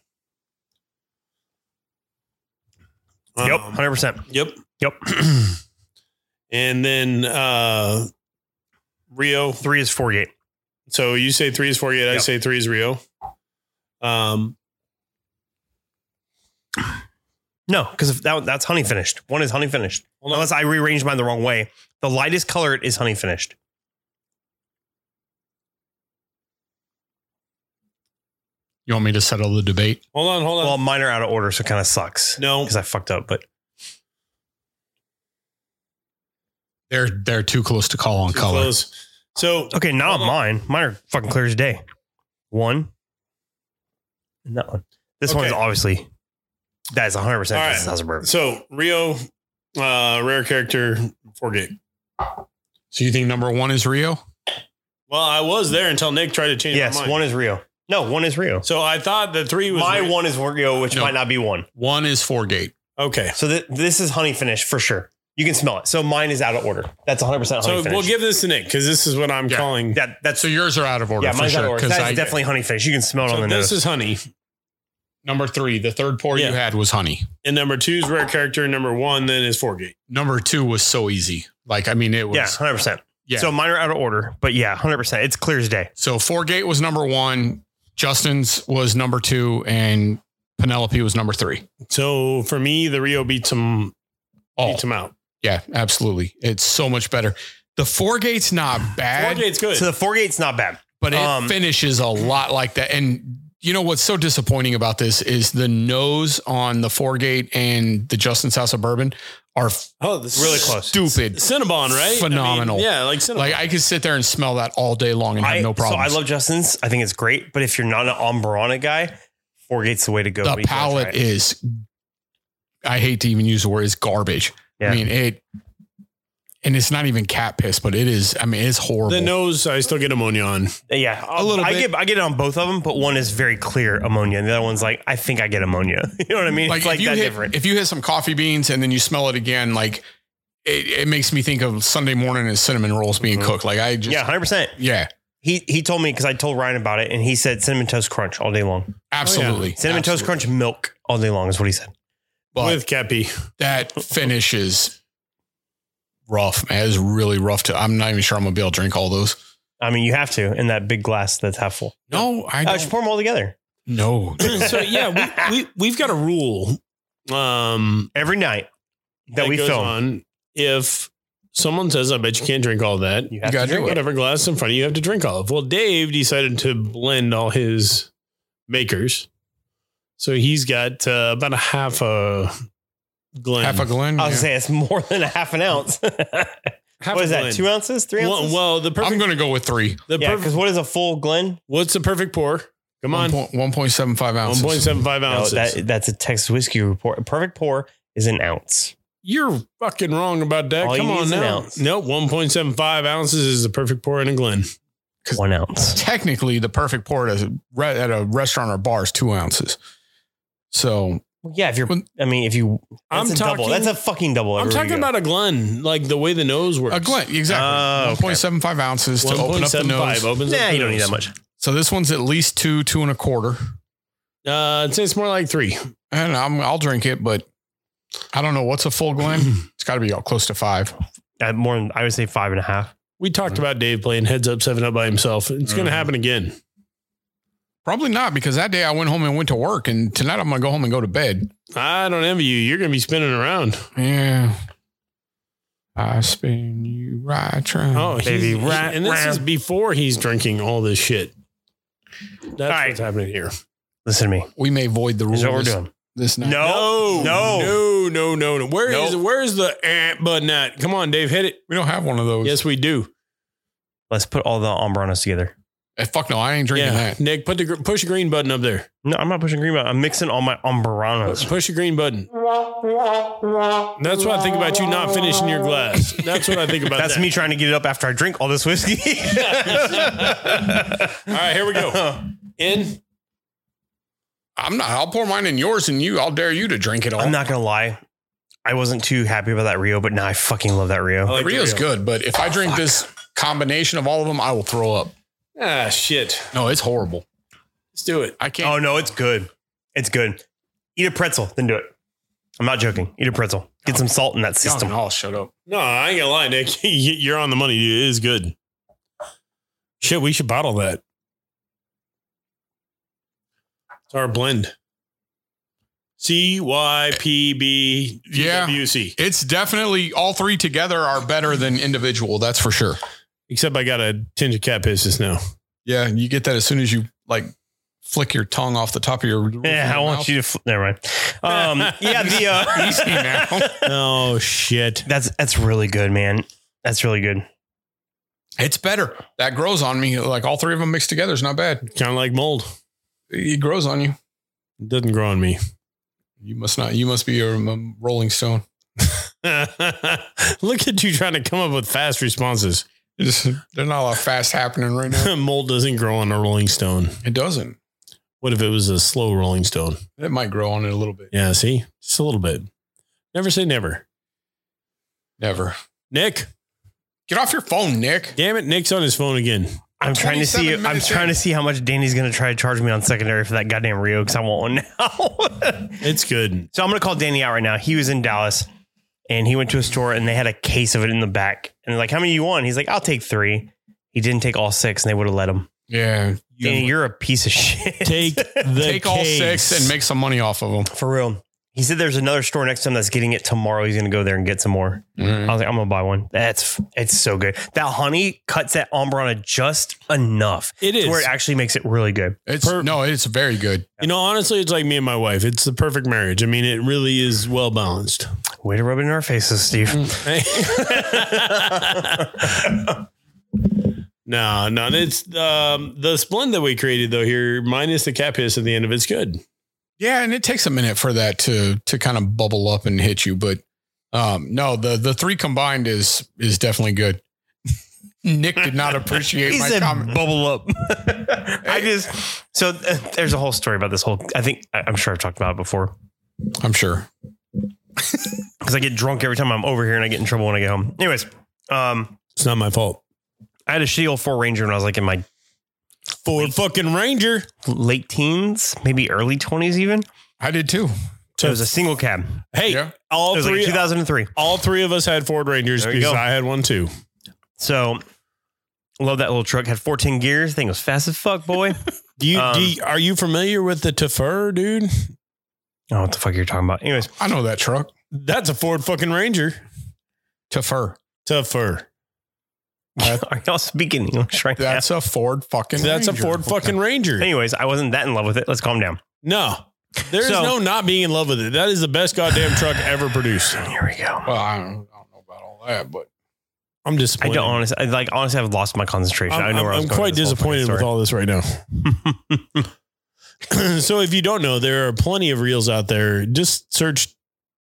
Speaker 3: yep,
Speaker 1: Um,
Speaker 3: 100%.
Speaker 1: Yep.
Speaker 3: Yep.
Speaker 1: and then uh Rio.
Speaker 3: Three is Forgate.
Speaker 1: So you say three is four yet I
Speaker 3: Yep.
Speaker 1: say three is Rio. Um
Speaker 3: No, because that, that's honey finished. One is honey finished. Unless I rearranged mine the wrong way. The lightest colored is honey finished.
Speaker 2: you want me to settle the debate?
Speaker 1: hold on, hold on.
Speaker 3: Well, mine are out of order, so it kind of sucks
Speaker 1: no.
Speaker 3: because I fucked up. But
Speaker 2: They're they're too close to call on
Speaker 1: Too
Speaker 2: color.
Speaker 1: close. So
Speaker 3: okay, not
Speaker 1: Hold
Speaker 3: on
Speaker 1: on.
Speaker 3: mine. Mine are fucking clear as day. One, and that one. This one is
Speaker 1: Okay.
Speaker 3: obviously that is 100
Speaker 1: All right.
Speaker 3: percent house of bourbon.
Speaker 1: so Rio, uh rare character, Forgate.
Speaker 2: So you think number one is Rio?
Speaker 1: Well, I was there until Nick tried to change
Speaker 3: Yes,
Speaker 1: my mind.
Speaker 3: one is Rio. No, one is Rio.
Speaker 1: so I thought the three was
Speaker 3: My
Speaker 1: Rio.
Speaker 3: one is Rio, which
Speaker 2: No.
Speaker 3: might not be one.
Speaker 2: One is Forgate.
Speaker 1: Okay.
Speaker 3: So th- this is honey finished for sure. You can smell it. So mine is out of order. That's 100 percent honey
Speaker 1: So
Speaker 3: finished.
Speaker 1: we'll give this to Nick because this is what I'm
Speaker 2: Yeah.
Speaker 1: calling.
Speaker 3: that. That's
Speaker 2: So yours are out of order
Speaker 3: yeah,
Speaker 2: for
Speaker 3: mine's out of
Speaker 2: sure.
Speaker 3: order.
Speaker 2: Because
Speaker 3: That's
Speaker 2: I
Speaker 3: definitely honey finished. You can smell it
Speaker 1: So
Speaker 3: on the nose.
Speaker 1: this is honey,
Speaker 2: number three, the third pour
Speaker 1: Yeah.
Speaker 2: you had was honey.
Speaker 1: and number two is rare character, and number one then is Forgate.
Speaker 2: Number two was so easy. Like I mean, it was
Speaker 3: Yeah, hundred percent.
Speaker 2: Yeah.
Speaker 3: So mine are out of order, but yeah, hundred percent. It's clear as day.
Speaker 2: So Forgate was number one, Justin's was number two, and Penelope was number three.
Speaker 1: So for me, the Rio beats him
Speaker 2: Oh,
Speaker 1: beats him out.
Speaker 2: yeah, absolutely. It's so much better. The Forgate's not bad,
Speaker 1: Forgate's good.
Speaker 3: So the four gate's not bad.
Speaker 2: but it
Speaker 3: um,
Speaker 2: finishes a lot like that. And you know what's so disappointing about this is the nose on the Forgate and the Justin's House of Bourbon are
Speaker 1: oh, this
Speaker 3: Really close.
Speaker 2: stupid.
Speaker 1: Cinnabon, right? I mean,
Speaker 2: Phenomenal.
Speaker 1: yeah, like Cinnabon.
Speaker 2: Like I could sit there and smell that all day long and have
Speaker 3: I,
Speaker 2: no
Speaker 3: so
Speaker 2: problem.
Speaker 3: I love Justin's. I think it's great. But if you're not an Ombrana guy, four gates the way to go.
Speaker 2: the
Speaker 3: when you try
Speaker 2: palate
Speaker 3: it.
Speaker 2: is I hate to even use the word is garbage.
Speaker 3: Yeah.
Speaker 2: I mean it and it's not even cat piss, but it is I mean it's horrible.
Speaker 1: the nose, I still get ammonia on.
Speaker 3: yeah, a
Speaker 2: little
Speaker 3: I
Speaker 2: bit.
Speaker 3: get I get it on both of them, but one is very clear ammonia, and the other one's like I think I get ammonia. You know what I mean?
Speaker 2: like,
Speaker 3: it's like
Speaker 2: if you
Speaker 3: that
Speaker 2: hit,
Speaker 3: different.
Speaker 2: If you hit some coffee beans and then you smell it again, like it, it makes me think of Sunday morning and cinnamon rolls being
Speaker 3: Mhm.
Speaker 2: cooked. Like I just
Speaker 3: yeah,
Speaker 2: yeah,
Speaker 3: hundred percent. He he told me because I told Ryan about it, and he said cinnamon toast crunch all day long.
Speaker 2: absolutely.
Speaker 3: Cinnamon toast
Speaker 2: Absolutely.
Speaker 3: crunch milk all day long is what he said.
Speaker 2: But
Speaker 1: with Cappy.
Speaker 2: that finish is rough, man. It's really rough to I'm not even sure I'm gonna be able to drink all those.
Speaker 3: I mean, you have to in that big glass that's half full.
Speaker 2: No, I
Speaker 3: I should
Speaker 2: don't.
Speaker 3: pour them all together
Speaker 2: No.
Speaker 1: so yeah, we, we we've got a rule. Um,
Speaker 3: every night that, we
Speaker 1: goes
Speaker 3: film.
Speaker 1: on, if someone says, "I bet you can't drink all that,"
Speaker 3: You
Speaker 2: You
Speaker 3: have
Speaker 2: gotta
Speaker 3: to
Speaker 2: do
Speaker 3: drink
Speaker 2: it.
Speaker 3: it.
Speaker 1: whatever glass in front of you have to drink all of. Well, Dave decided to blend all his makers, so he's got uh, about a half a Glen.
Speaker 2: Half a Glen.
Speaker 3: I
Speaker 2: yeah.
Speaker 3: was gonna say it's more than a half an ounce.
Speaker 1: half
Speaker 3: What
Speaker 1: a
Speaker 3: is that?
Speaker 1: blend.
Speaker 3: Two ounces? Three
Speaker 1: Well-
Speaker 3: ounces?
Speaker 1: Well, the perfect.
Speaker 2: I'm going to go with three.
Speaker 1: the
Speaker 3: yeah,
Speaker 1: perfect
Speaker 3: because what is a full Glen?
Speaker 1: what's the perfect pour? Come on,
Speaker 2: One point seven five
Speaker 1: one
Speaker 2: ounces.
Speaker 1: point seven five
Speaker 3: No,
Speaker 1: ounces.
Speaker 3: that, that's a Texas whiskey report. A perfect pour is an ounce.
Speaker 1: You're fucking wrong about that.
Speaker 3: All you
Speaker 1: Come
Speaker 3: need
Speaker 1: on
Speaker 3: is an
Speaker 1: now.
Speaker 3: ounce.
Speaker 1: Nope, one point seven five ounces is the perfect pour in a Glen.
Speaker 3: One ounce.
Speaker 2: Technically, the perfect pour at a, re- at a restaurant or bar is two ounces. So uh,
Speaker 3: Well, yeah, if you're,
Speaker 2: When-
Speaker 3: I mean, if you,
Speaker 1: I'm
Speaker 3: that's a
Speaker 1: talking.
Speaker 3: double. That's a fucking double.
Speaker 1: I'm
Speaker 3: everywhere
Speaker 1: talking
Speaker 3: you go.
Speaker 1: about a Glen, like the way the nose works.
Speaker 2: a Glen,
Speaker 3: Oh,
Speaker 2: exactly.
Speaker 3: okay.
Speaker 2: One point seven five ounces to
Speaker 1: Ah, One
Speaker 2: open
Speaker 1: point
Speaker 2: up the
Speaker 1: seven
Speaker 2: nose.
Speaker 1: five oh. opens. up
Speaker 3: Nah,
Speaker 1: the
Speaker 3: you don't need
Speaker 1: nose.
Speaker 3: that much.
Speaker 2: So this one's at least two, two and a quarter.
Speaker 1: Uh, I'd say it's more like three.
Speaker 2: And I'm, I'll drink it, but I don't know what's a full Glen. it's got to be all close to five.
Speaker 3: Uh, more than, I would say five and a half.
Speaker 1: We talked
Speaker 2: Mm.
Speaker 1: about Dave playing heads up seven up by himself. It's going
Speaker 2: Mhm.
Speaker 1: to happen again.
Speaker 2: Probably not because that day I went home and went to work, and tonight I'm gonna go home and go to bed.
Speaker 1: I don't envy you. You're going to be spinning around.
Speaker 2: Yeah. I spin you right round.
Speaker 1: Oh,
Speaker 3: Baby,
Speaker 1: he's-
Speaker 3: right
Speaker 1: and this is
Speaker 3: round.
Speaker 1: before he's drinking all this shit. That's
Speaker 3: right.
Speaker 1: what's happening here.
Speaker 3: Listen to me.
Speaker 2: we may void the rules.
Speaker 3: Here's what we're doing.
Speaker 2: This night.
Speaker 3: No, no.
Speaker 1: no, no, no, no. Where is
Speaker 3: Nope.
Speaker 1: where is the eh, button at? Come on, Dave, hit it.
Speaker 2: we don't have one of those.
Speaker 1: Yes, we do.
Speaker 3: Let's put all the ombranos together.
Speaker 2: Eh, fuck no, I ain't drinking
Speaker 1: yeah,
Speaker 2: that.
Speaker 1: Nick, put the gr- push the green button up there.
Speaker 3: No, I'm not pushing green. but I'm mixing all my ombranos.
Speaker 1: Push the green button. That's what I think about you not finishing your glass. That's what I think about.
Speaker 3: That's
Speaker 1: that.
Speaker 3: me trying to get it up after I drink all this whiskey.
Speaker 1: All right, here we go. In.
Speaker 2: I'm not. I'll pour mine in yours, and you. I'll dare you to drink it all.
Speaker 3: I'm not gonna lie. I wasn't too happy about that Rio, but now I fucking love that Rio.
Speaker 1: I
Speaker 2: The
Speaker 1: like the
Speaker 2: Rio's
Speaker 1: Rio.
Speaker 2: good, but if I drink this combination of all of them, I will throw up.
Speaker 1: Ah, shit.
Speaker 2: No, it's horrible.
Speaker 1: Let's do it.
Speaker 2: I can't.
Speaker 3: Oh no, it's good. It's good. Eat a pretzel, then do it. I'm not joking. Eat a pretzel. Get some salt in that
Speaker 2: Y'all
Speaker 3: system.
Speaker 2: can all shut up.
Speaker 1: No, I ain't gonna lie, Nick. You're on the money. dude. It is good. Shit, we should bottle that. It's our blend. C Y P B
Speaker 2: Yeah.
Speaker 1: W C.
Speaker 2: It's definitely all three together are better than individual. That's for sure.
Speaker 1: Except I got a tinge of cat piss just now.
Speaker 2: Yeah, you get that as soon as you like flick your tongue off the top of your.
Speaker 3: Yeah, I want you to. Fl- Never mind. Um, yeah, the uh,
Speaker 2: Easy now.
Speaker 1: oh shit!
Speaker 3: that's that's really good, man. That's really good.
Speaker 2: It's better. That grows on me. Like all three of them mixed together is not bad.
Speaker 1: Kind of like mold.
Speaker 2: It grows on you.
Speaker 1: It doesn't grow on me.
Speaker 2: You must not. You must be a, um, Rolling Stone.
Speaker 1: Look at you trying to come up with fast responses.
Speaker 2: It Just, there's not a lot of fast happening right now.
Speaker 1: mold doesn't grow on a rolling stone.
Speaker 2: It doesn't.
Speaker 1: What if it was a slow rolling stone?
Speaker 2: It might grow on it a little bit.
Speaker 1: Yeah, see, just a little bit. Never say never.
Speaker 2: Never.
Speaker 1: Nick,
Speaker 2: Get off your phone, Nick.
Speaker 1: damn it, Nick's on his phone again.
Speaker 3: I'm trying to see.
Speaker 2: 27
Speaker 3: I'm
Speaker 2: minutes
Speaker 3: trying
Speaker 2: in.
Speaker 3: to see how much Danny's gonna try to charge me on secondary for that goddamn Rio because I want one now.
Speaker 1: It's good.
Speaker 3: So I'm gonna call Danny out right now. He was in Dallas and he went to a store and they had a case of it in the back. And they're like, how many you want? He's like, I'll take three. He didn't take all six and they would have let him.
Speaker 2: Yeah.
Speaker 3: Danny, you're a piece of shit.
Speaker 1: Take the
Speaker 2: Take all six and make some money off of them.
Speaker 3: for real. He said there's another store next to him that's getting it tomorrow. He's gonna go there and get some more.
Speaker 2: Mm.
Speaker 3: I was like, I'm gonna buy one. That's it's so good. That honey cuts that ombrana just enough.
Speaker 1: It
Speaker 3: to
Speaker 1: is.
Speaker 3: where it actually makes it really good.
Speaker 2: It's
Speaker 1: Per-
Speaker 2: no, it's very good.
Speaker 1: you know, honestly, it's like me and my wife. It's the perfect marriage. I mean, it really is well balanced.
Speaker 3: Way to rub it in our faces, Steve.
Speaker 1: Mm. no, no, it's um, the splend that we created though here, minus the cat piss at the end of it's good.
Speaker 2: Yeah, and it takes a minute for that to to kind of bubble up and hit you, but um no, the the three combined is is definitely good. Nick did not appreciate
Speaker 3: He
Speaker 2: my
Speaker 3: said,
Speaker 2: comment.
Speaker 3: "Bubble up." I just so uh, there's a whole story about this whole. I think I- I'm sure I've talked about it before
Speaker 2: I'm sure.
Speaker 3: because I get drunk every time I'm over here and I get in trouble when I get home. Anyways, um,
Speaker 1: It's not my fault.
Speaker 3: I had a shitty old Ford Ranger when I was like in my
Speaker 1: Ford fucking Ranger.
Speaker 3: late teens, maybe early 20s, even.
Speaker 2: I did too.
Speaker 3: So it was a single cab.
Speaker 1: Hey,
Speaker 2: Yeah.
Speaker 3: It
Speaker 1: all
Speaker 3: was like
Speaker 1: three uh,
Speaker 3: 2003.
Speaker 1: all three of us had Ford Rangers
Speaker 3: There you
Speaker 1: because
Speaker 3: go.
Speaker 1: I had one too.
Speaker 3: So love that little truck. Had 14 gears. Thing was fast as fuck, boy.
Speaker 1: Do you,
Speaker 3: Um,
Speaker 1: do you- are you familiar with the Tafur, dude?
Speaker 3: oh, what the fuck are you talking about? Anyways,
Speaker 2: I know that truck.
Speaker 1: That's a Ford fucking Ranger.
Speaker 2: To fur.
Speaker 1: Tafur.
Speaker 3: are y'all speaking English right now?
Speaker 2: That's a Ford fucking
Speaker 1: That's a
Speaker 2: Ranger.
Speaker 1: Ford fucking Ranger.
Speaker 3: Anyways, I wasn't that in love with it. Let's calm down.
Speaker 1: No. There is
Speaker 3: So-
Speaker 1: no not being in love with it. That is the best goddamn truck ever produced.
Speaker 3: Here we go.
Speaker 2: Well, I don't, I don't know about all that, but
Speaker 1: I'm
Speaker 3: I
Speaker 1: disappointed.
Speaker 3: don't honestly like honestly I've lost my concentration. i
Speaker 1: I'm,
Speaker 3: know where I
Speaker 1: I'm
Speaker 3: was going
Speaker 1: quite
Speaker 3: with this whole fucking
Speaker 1: disappointed with
Speaker 3: story.
Speaker 1: all this right now. so if you don't know, there are plenty of reels out there. Just search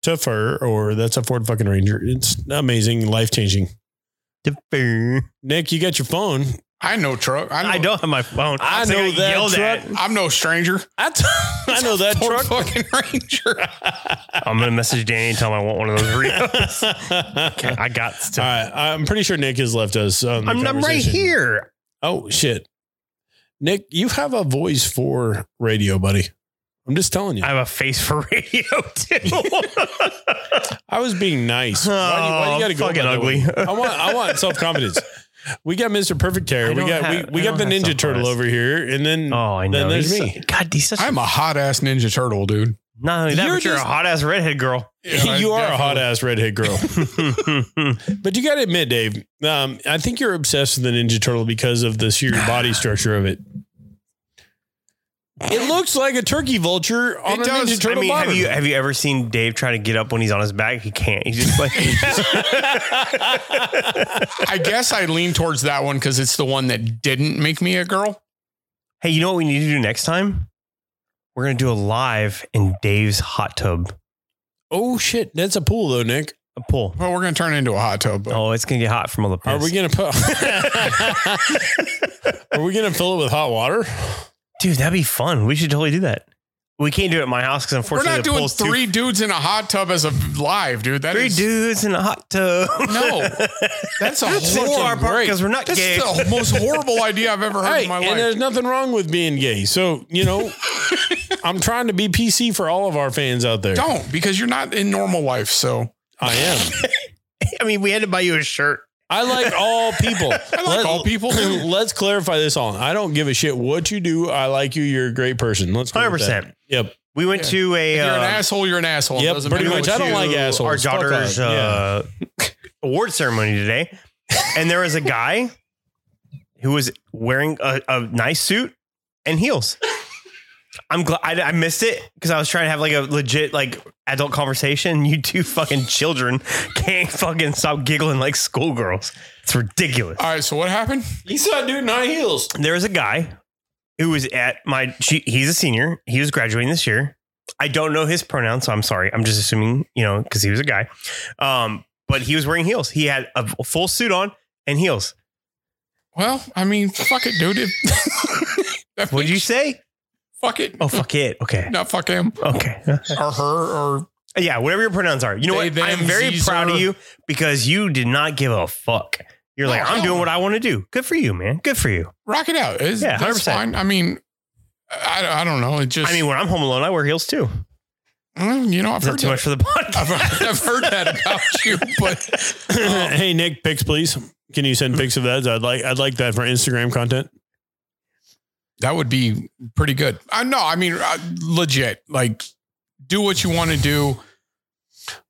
Speaker 1: Tougher or that's a Ford fucking Ranger. It's amazing, life changing. Nick, you got your phone.
Speaker 2: I know truck. I know.
Speaker 3: I don't have my phone.
Speaker 1: I
Speaker 3: was like,
Speaker 1: know that
Speaker 3: yelled at.
Speaker 1: truck.
Speaker 2: I'm no stranger.
Speaker 1: I, t- I know that
Speaker 2: Ford
Speaker 1: truck.
Speaker 2: fucking Ranger.
Speaker 3: I'm gonna message Danny and tell him I want one of those Rios.
Speaker 1: okay.
Speaker 3: I got to.
Speaker 1: All right, I'm pretty sure Nick has left us. on the
Speaker 3: I'm, I'm right
Speaker 1: conversation.
Speaker 3: here.
Speaker 1: Oh shit, Nick, you have a voice for radio, buddy. I'm just telling you.
Speaker 3: I
Speaker 1: I,
Speaker 3: have a face for radio too.
Speaker 1: was being nice. why do you, why do you gotta go
Speaker 3: Oh, fucking
Speaker 1: by the way?
Speaker 3: ugly.
Speaker 1: I want I want self confidence. We got Mr. Perfect Terror.
Speaker 3: I
Speaker 1: We
Speaker 3: don't
Speaker 1: got
Speaker 3: have-
Speaker 1: we, we
Speaker 3: I
Speaker 1: got the
Speaker 3: don't have
Speaker 1: Ninja Turtle
Speaker 3: self-confidence.
Speaker 1: over here, and then
Speaker 3: oh, I know.
Speaker 1: Then there's
Speaker 3: He's-
Speaker 1: me.
Speaker 3: God, he's such.
Speaker 2: I'm a hot ass Ninja Turtle, dude.
Speaker 3: not only that,
Speaker 1: You're
Speaker 3: but you're a
Speaker 1: just-
Speaker 3: hot ass redhead girl.
Speaker 1: you are a hot ass redhead girl.
Speaker 3: I
Speaker 1: But you got to admit, Dave, um, I think you're obsessed with the Ninja Turtle because of the sheer body structure of it. It looks like a turkey vulture on
Speaker 2: It
Speaker 1: a
Speaker 2: does.
Speaker 1: Ninja Turtle
Speaker 3: mean,
Speaker 1: body.
Speaker 3: have you have you ever seen Dave try to get up when he's on his back? He can't. He's just like
Speaker 2: I guess I lean towards that one because it's the one that didn't make me a girl.
Speaker 3: Hey, you know what we need to do next time? We're gonna do a live in Dave's hot tub.
Speaker 1: oh shit, that's a pool though, Nick.
Speaker 3: A pool.
Speaker 2: Well, we're gonna turn it into a hot tub. But
Speaker 3: Oh, it's gonna get hot from all the piss.
Speaker 1: Are we gonna put? are we gonna fill it with hot water?
Speaker 3: Dude, that'd be fun. We should totally do that. We can't do it at my house because
Speaker 2: we're
Speaker 3: unfortunately
Speaker 2: not
Speaker 3: the
Speaker 2: doing
Speaker 3: pool's too-
Speaker 2: three dudes in a hot tub as a live, dude. That
Speaker 3: three
Speaker 2: is-
Speaker 3: dudes in a hot tub.
Speaker 2: No, that's a
Speaker 1: That's
Speaker 2: horrible.
Speaker 1: fucking great.
Speaker 3: because we're not
Speaker 2: That's
Speaker 3: gay.
Speaker 2: the most horrible idea I've ever heard
Speaker 1: Hey,
Speaker 2: in my
Speaker 1: and
Speaker 2: life.
Speaker 1: there's nothing wrong with being gay. So you know, I'm trying to be PC for all of our fans out there.
Speaker 2: Don't because you're not in normal life. So
Speaker 1: I am.
Speaker 3: I mean, we had to buy you a shirt.
Speaker 1: I like all people. I
Speaker 2: like all people.
Speaker 1: Let's clarify this all. I don't give a shit what you do. I like you. You're a great person. Let's go with
Speaker 3: Hundred percent.
Speaker 1: that. Yep.
Speaker 3: We went
Speaker 2: Yeah.
Speaker 3: to a.
Speaker 2: you're an
Speaker 3: uh,
Speaker 2: asshole. You're an asshole. It
Speaker 1: Yep,
Speaker 2: doesn't
Speaker 1: pretty
Speaker 2: matter
Speaker 1: much.
Speaker 2: what
Speaker 1: I don't
Speaker 2: you-
Speaker 1: like
Speaker 3: to
Speaker 1: assholes.
Speaker 3: Our
Speaker 1: Fuck
Speaker 3: daughter's
Speaker 1: off.
Speaker 3: uh, award ceremony today, and there was a guy who was wearing a, a nice suit and heels. I'm glad I, I missed it because I was trying to have like a legit like adult conversation. You two fucking children can't fucking stop giggling like schoolgirls. It's ridiculous.
Speaker 2: All right. So what happened?
Speaker 1: He saw a dude in high heels.
Speaker 3: There was a guy who was at my. She, he's a senior. He was graduating this year. I don't know his pronouns, so I'm sorry. I'm just assuming, you know, because he was a guy. Um, but he was wearing heels. He had a v- full suit on and heels.
Speaker 2: Well, I mean, fuck it, dude. That
Speaker 3: What did you
Speaker 2: makes-
Speaker 3: say?
Speaker 2: Fuck it.
Speaker 3: Oh, fuck it. Okay.
Speaker 2: Not fuck him
Speaker 3: Okay.
Speaker 2: or her or
Speaker 3: Yeah, whatever your pronouns are. You know
Speaker 2: They,
Speaker 3: what? I'm
Speaker 2: them,
Speaker 3: very
Speaker 2: these,
Speaker 3: proud
Speaker 2: her.
Speaker 3: of you because you did not give a fuck. You're
Speaker 2: No,
Speaker 3: like, I'm
Speaker 2: hell
Speaker 3: doing
Speaker 2: no.
Speaker 3: what I want to do. Good for you, man. Good for you.
Speaker 2: rock it out. It's,
Speaker 3: Yeah,
Speaker 2: that's
Speaker 3: 100%.
Speaker 2: fine. I mean, I, I don't know. It just,
Speaker 3: I mean, when I'm home alone, I wear heels too.
Speaker 2: mm, you know, I've
Speaker 3: Is that
Speaker 2: heard
Speaker 3: too much
Speaker 2: that.
Speaker 3: for the podcast?
Speaker 2: I've, I've heard that about you, but
Speaker 1: hey Nick, pics please. Can you send pics of that? I'd like I'd like that for Instagram content.
Speaker 2: that would be pretty good. I know. I mean, uh, legit, like do what you want to do.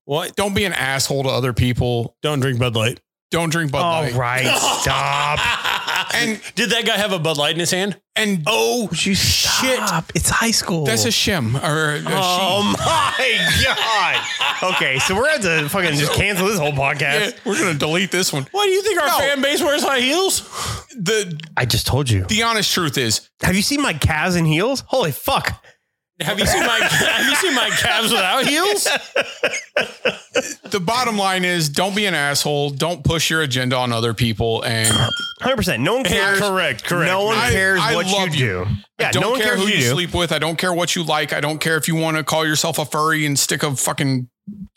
Speaker 1: What?
Speaker 2: Don't be an asshole to other people.
Speaker 1: Don't drink Bud Light.
Speaker 2: Don't drink Bud
Speaker 3: All
Speaker 2: Light.
Speaker 3: Oh, right, stop.
Speaker 1: and did that guy have a Bud Light in his hand?
Speaker 2: And
Speaker 1: Oh
Speaker 3: Would you
Speaker 1: stop?
Speaker 3: It's high school.
Speaker 2: that's a shim or a she.
Speaker 3: oh my god. Okay, so we're at to fucking just cancel this whole
Speaker 2: Yeah,
Speaker 3: podcast.
Speaker 2: we're gonna delete this one.
Speaker 1: Why do you think our
Speaker 2: No.
Speaker 1: fan base wears high heels?
Speaker 2: The
Speaker 3: I just told you.
Speaker 2: the honest truth is,
Speaker 3: Have you seen my calves and heels? Holy fuck.
Speaker 1: Have you seen my Have you seen my calves without heels?
Speaker 2: the bottom line is, don't be an asshole. Don't push your agenda on other people, and
Speaker 3: 100%. No one cares.
Speaker 1: correct, correct.
Speaker 3: No one
Speaker 2: I-
Speaker 3: cares
Speaker 2: I
Speaker 3: what you
Speaker 2: love
Speaker 3: do.
Speaker 2: you.
Speaker 3: Yeah,
Speaker 2: I don't
Speaker 3: no one
Speaker 2: care
Speaker 3: cares
Speaker 2: who
Speaker 3: what
Speaker 2: you
Speaker 3: you do.
Speaker 2: sleep with. I don't care what you like. I don't care if you want to call yourself a furry and stick a fucking.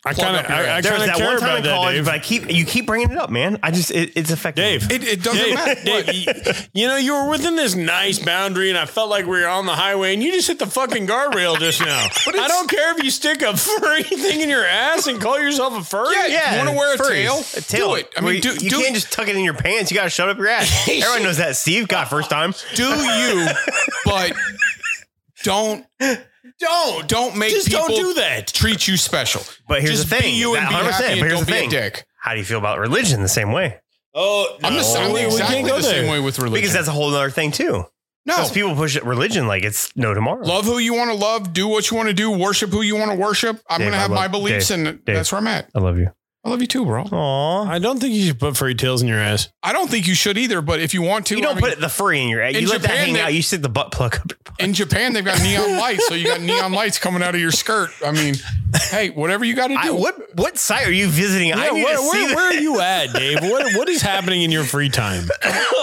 Speaker 1: I
Speaker 2: Plug
Speaker 1: kind
Speaker 2: up
Speaker 1: of
Speaker 2: your
Speaker 1: I, I
Speaker 2: ass.
Speaker 3: There was
Speaker 1: kind of
Speaker 3: that
Speaker 1: care
Speaker 3: one time
Speaker 1: about
Speaker 3: in
Speaker 1: that,
Speaker 3: college,
Speaker 1: Dave.
Speaker 3: but I keep you keep bringing it up, man. I just it, it's affecting
Speaker 1: Dave.
Speaker 3: me.
Speaker 2: It, it doesn't matter.
Speaker 1: Dave,
Speaker 2: What?
Speaker 1: Dave, you, you know, you were within this nice boundary, and I felt like we were on the highway, and you just hit the fucking guardrail just now. I don't care if you stick a furry thing in your ass and call yourself a furry.
Speaker 2: Yeah, you want to wear a
Speaker 3: furries.
Speaker 2: tail?
Speaker 3: A tail.
Speaker 2: Do it. I
Speaker 3: Where
Speaker 2: mean,
Speaker 3: you-
Speaker 2: do,
Speaker 3: you
Speaker 2: do,
Speaker 3: can't just tuck it in your pants. You got to shut up your ass. Everyone knows that. Steve got first time.
Speaker 2: do you, but don't
Speaker 1: don't.
Speaker 2: don't make
Speaker 1: Just
Speaker 2: people
Speaker 1: don't do that.
Speaker 2: treat you special.
Speaker 3: But here's
Speaker 2: just
Speaker 3: the thing.
Speaker 2: be you and
Speaker 3: That
Speaker 2: be
Speaker 3: 100%,
Speaker 2: happy.
Speaker 3: but
Speaker 2: And
Speaker 3: here's
Speaker 2: don't
Speaker 3: the
Speaker 2: be
Speaker 3: thing.
Speaker 2: a dick.
Speaker 3: How do you feel about religion the same way?
Speaker 1: Oh,
Speaker 2: I'm the, I'm
Speaker 1: no,
Speaker 2: the
Speaker 1: we
Speaker 2: exactly
Speaker 1: can't go
Speaker 2: the same
Speaker 1: there.
Speaker 2: way with religion.
Speaker 3: Because that's a whole other thing too.
Speaker 2: no,
Speaker 3: Because people push religion like it's no tomorrow.
Speaker 2: love who you want to love, do what you want to do, worship who you want to worship. I'm
Speaker 3: Dave,
Speaker 2: gonna have
Speaker 3: I love-
Speaker 2: my beliefs, and
Speaker 3: Dave.
Speaker 2: that's where I'm at.
Speaker 3: I love you.
Speaker 2: I love you too, bro.
Speaker 3: Aw.
Speaker 1: I don't think you should put fairy tales in your ass.
Speaker 2: I don't think you should either, but if you want to,
Speaker 3: You
Speaker 2: I
Speaker 3: don't
Speaker 2: mean,
Speaker 3: put it the furry in your egg.
Speaker 2: In
Speaker 3: You let that
Speaker 2: Japan,
Speaker 3: hang
Speaker 2: they-
Speaker 3: out. You stick the butt plug up.
Speaker 2: in Japan they've got neon lights, so you got neon lights coming out of your skirt. I mean, hey, whatever you got to do.
Speaker 3: I, what what site are you visiting? I
Speaker 1: Yeah,
Speaker 3: need
Speaker 1: where,
Speaker 3: to see
Speaker 1: where,
Speaker 3: that.
Speaker 1: where are you at, Dave? What what is happening in your free time?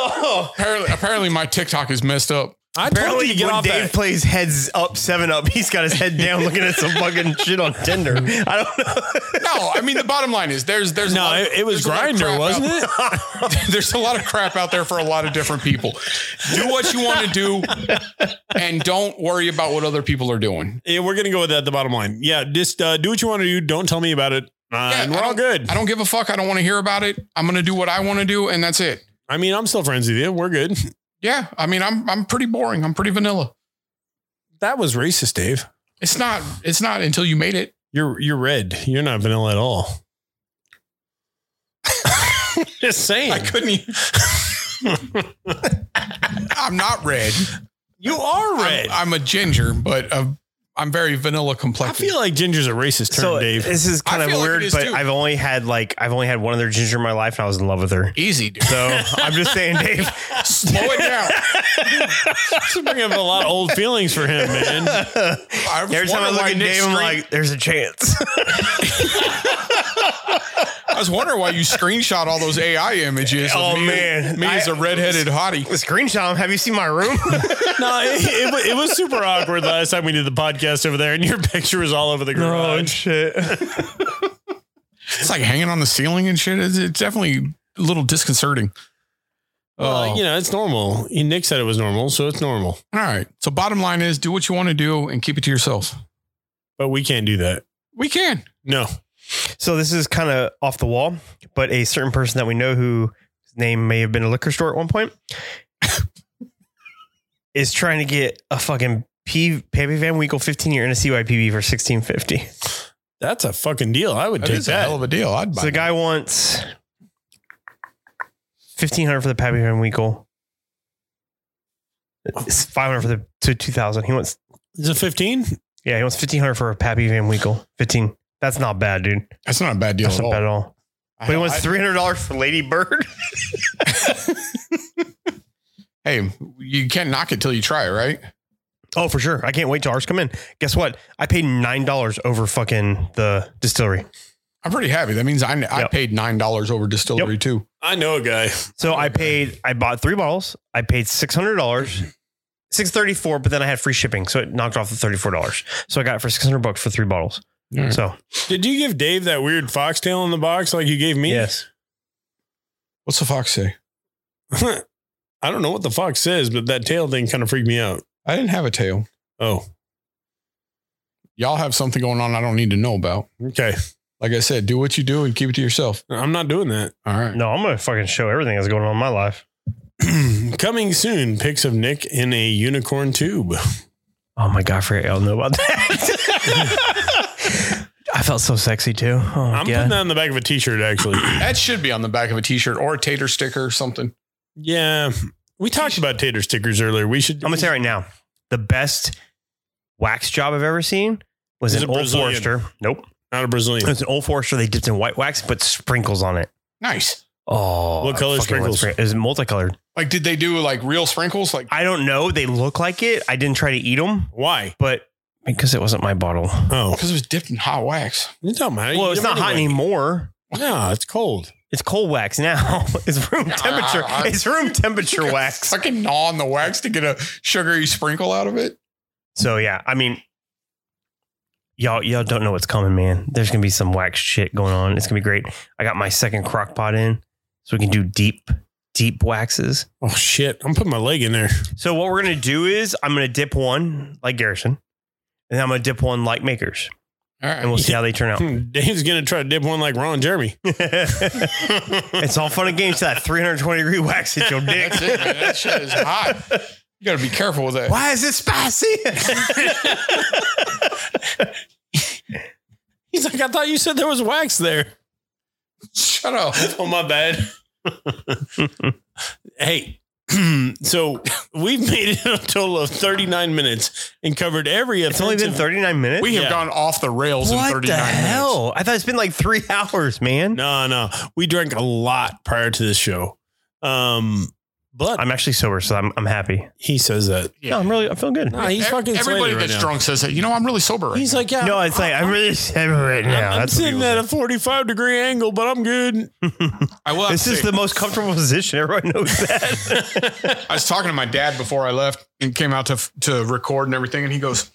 Speaker 2: Apparently, apparently my TikTok is messed up.
Speaker 1: I told you
Speaker 3: Apparently,
Speaker 1: to get
Speaker 3: when
Speaker 1: off
Speaker 3: Dave
Speaker 1: that.
Speaker 3: plays heads up, seven up, he's got his head down looking at some fucking shit on Tinder. I don't know.
Speaker 2: No, I mean the bottom line is there's there's a
Speaker 1: No,
Speaker 2: lot of-
Speaker 1: it, it was
Speaker 2: there's a lot of
Speaker 1: grinder,
Speaker 2: crap
Speaker 1: wasn't
Speaker 2: out-
Speaker 1: it?
Speaker 2: there's a lot of crap out there for a lot of different people. Do what you want to do, and don't worry about what other people are doing.
Speaker 1: Yeah, we're gonna go with that. The bottom line. Yeah, just uh, do what you want to do. Don't tell me about it. Uh,
Speaker 2: Yeah,
Speaker 1: and
Speaker 2: I
Speaker 1: we're all
Speaker 2: don't-
Speaker 1: good.
Speaker 2: I
Speaker 1: I,
Speaker 2: don't give a fuck. I don't want to hear about it. I'm gonna do what I want to do, and that's it.
Speaker 1: mean, I'm still friends with you. We're good.
Speaker 2: Yeah, I mean, I'm I'm pretty boring. I'm pretty vanilla.
Speaker 1: That was racist, Dave.
Speaker 2: It's not. It's not until you made it.
Speaker 1: You're you're red. You're not vanilla at all. just saying.
Speaker 2: I couldn't. e- I'm not red.
Speaker 1: you are
Speaker 2: I'm,
Speaker 1: red. i
Speaker 2: I'm a ginger, but uh, I'm very vanilla complexion.
Speaker 1: feel like ginger's a racist term,
Speaker 3: so
Speaker 1: Dave.
Speaker 3: this is kind
Speaker 2: I
Speaker 3: of
Speaker 2: feel like it
Speaker 3: weird,
Speaker 2: is
Speaker 3: but
Speaker 2: too.
Speaker 3: I've only had like I've only had one other ginger in my life, and I was in love with her.
Speaker 2: easy, dude.
Speaker 3: So I'm just saying, Dave.
Speaker 2: Slow it down.
Speaker 1: This is bringing up a lot of old feelings for him, man.
Speaker 2: I was
Speaker 3: Every time I
Speaker 2: wondering
Speaker 3: look
Speaker 2: why
Speaker 3: at
Speaker 2: Nick
Speaker 3: Dave, I'm
Speaker 2: screen-
Speaker 3: like, "There's a chance."
Speaker 2: I was wondering why you screenshot all those AI images. of
Speaker 3: Oh,
Speaker 2: me,
Speaker 3: man.
Speaker 2: me
Speaker 3: I-
Speaker 2: as a redheaded hottie.
Speaker 3: Screenshot. Have you seen my room?
Speaker 1: No, it, it, wa- it was super awkward last time we did the podcast over there, and your picture was all over the garage.
Speaker 3: shit.
Speaker 2: It's like hanging on the ceiling and shit. It's, it's definitely a little disconcerting.
Speaker 1: Well,
Speaker 2: Oh.
Speaker 1: you know, it's normal. He- Nick said it was normal, so it's normal.
Speaker 2: All right. So bottom line is, do what you want to do and keep it to yourself.
Speaker 1: But we can't do that.
Speaker 2: We can.
Speaker 1: No.
Speaker 3: So this is kind of off the wall, but a certain person that we know whose name may have been a liquor store at one point is trying to get a fucking P Pappy Van Winkle 15 year and a CYPB for 1650.
Speaker 1: That's a fucking deal. I would
Speaker 2: That
Speaker 1: take
Speaker 2: is a
Speaker 1: that.
Speaker 2: hell of a deal. I'd buy.
Speaker 3: So the guy wants 1500 for the Pappy Van Winkle. It's 500 for the to 2000. He wants
Speaker 1: Is it 15?
Speaker 3: yeah, he wants 1500 for a Pappy Van Winkle. 15. That's not bad, dude.
Speaker 2: that. That's not a bad deal
Speaker 3: That's
Speaker 2: at
Speaker 3: not
Speaker 2: all.
Speaker 3: bad at all. But he
Speaker 2: I-
Speaker 3: wants
Speaker 2: I-
Speaker 3: three hundred dollars for Lady Bird.
Speaker 2: hey, you can't knock it till you try it, right?
Speaker 3: Oh, for sure. I can't wait till ours come in. Guess what? I paid nine dollars over fucking the distillery.
Speaker 2: I'm pretty happy. That means I, I
Speaker 3: Yep.
Speaker 2: paid nine dollars over distillery too.
Speaker 1: I know a guy.
Speaker 3: So I paid. I bought three bottles. I paid six hundred dollars, six thirty four. But then I had free shipping, so it knocked off the thirty four dollars. So I got it for six hundred bucks for three bottles.
Speaker 2: Alright.
Speaker 3: So
Speaker 1: Did you give Dave that weird foxtail in the box like you gave me?
Speaker 3: yes,
Speaker 2: What's the fox say?
Speaker 1: I don't know what the fox says, but that tail thing kind of freaked me out.
Speaker 2: I didn't have a tail.
Speaker 1: Oh,
Speaker 2: Y'all have something going on I don't need to know about.
Speaker 1: okay.
Speaker 2: Like I said, do what you do and keep it to yourself.
Speaker 1: I'm not doing that.
Speaker 2: All right.
Speaker 3: no, I'm gonna fucking show everything that's going on in my life.
Speaker 1: Coming soon, pics of Nick in a unicorn tube.
Speaker 3: Oh my god, I forget y'all know about that. I felt so sexy too. Oh my
Speaker 1: I'm putting
Speaker 3: god.
Speaker 1: that on the back of a t-shirt actually.
Speaker 2: That should be on the back of a t-shirt or a tater sticker or something.
Speaker 1: yeah. We talked about tater stickers earlier. We should
Speaker 3: I'm gonna say right now, the best wax job I've ever seen was
Speaker 1: Is
Speaker 3: an
Speaker 1: it
Speaker 3: old
Speaker 1: Brazilian?
Speaker 3: Forester. Nope.
Speaker 1: not a Brazilian.
Speaker 3: It's an old Forester they dipped in white wax, but sprinkles on it.
Speaker 2: Nice.
Speaker 3: Oh,
Speaker 1: What
Speaker 3: I
Speaker 1: color
Speaker 3: fucking love
Speaker 1: sprinkles?
Speaker 3: sprin- It was multicolored.
Speaker 2: Like, did they do like real sprinkles? Like,
Speaker 3: I don't know. They look like it. I didn't try to eat them,
Speaker 1: Why?
Speaker 3: but because it wasn't my bottle.
Speaker 1: Oh,
Speaker 2: because it was dipped in hot wax.
Speaker 1: it don't matter.
Speaker 3: Well,
Speaker 1: You
Speaker 3: it's
Speaker 1: give it
Speaker 3: not hot
Speaker 1: away.
Speaker 3: anymore.
Speaker 1: No, it's cold.
Speaker 3: It's cold wax now. It's room temperature. It's room temperature wax.
Speaker 2: Fucking gnaw on the wax to get a sugary sprinkle out of it.
Speaker 3: So yeah, I mean, y'all y'all don't know what's coming, man. There's gonna be some wax shit going on. It's gonna be great. I got my second crock pot in, so we can do deep deep waxes.
Speaker 1: Oh shit! I'm putting my leg in there.
Speaker 3: So what we're gonna do is I'm gonna dip one like Garrison, and then I'm gonna dip one like Makers,
Speaker 2: All
Speaker 3: and
Speaker 2: right.
Speaker 3: we'll see how they turn out.
Speaker 1: Hmm, Dave's gonna try to dip one like Ron Jeremy.
Speaker 3: it's all fun and games to that 320 degree wax hit your dick.
Speaker 2: That's it, man. That shit is hot. You got to be careful with that.
Speaker 3: Why is it spicy?
Speaker 1: He's like, I thought you said there was wax there.
Speaker 2: Shut up.
Speaker 1: Oh my bad. hey, so we've made it a total of 39 minutes and covered every
Speaker 3: It's only been
Speaker 1: offensive-
Speaker 3: 39 minutes.
Speaker 2: We have
Speaker 1: Yeah.
Speaker 2: gone off the rails in
Speaker 3: what
Speaker 2: 39
Speaker 3: the
Speaker 2: minutes.
Speaker 3: hell? I thought it's been like three hours, man.
Speaker 1: No, no. We drank a lot prior to this show. Um, but
Speaker 3: I'm actually sober, so I'm, I'm happy.
Speaker 1: he says that.
Speaker 2: Yeah.
Speaker 3: No, I'm really, I'm feeling good.
Speaker 1: No, he's
Speaker 2: Ev-
Speaker 1: fucking
Speaker 2: e-, Everybody
Speaker 1: slandered right
Speaker 2: that's
Speaker 1: now.
Speaker 2: drunk says that. You know, I'm really sober. Right
Speaker 1: He's like, yeah.
Speaker 3: no, it's like, I'm really sober right now.
Speaker 1: I'm
Speaker 3: That's what
Speaker 1: sitting
Speaker 3: people
Speaker 1: at a 45 degree angle, but I'm good.
Speaker 2: now. I will. have
Speaker 3: This
Speaker 2: to
Speaker 3: is
Speaker 2: say-
Speaker 3: the most comfortable position. Everyone knows that.
Speaker 2: I was talking to my dad before I left and came out to to record and everything, and he goes,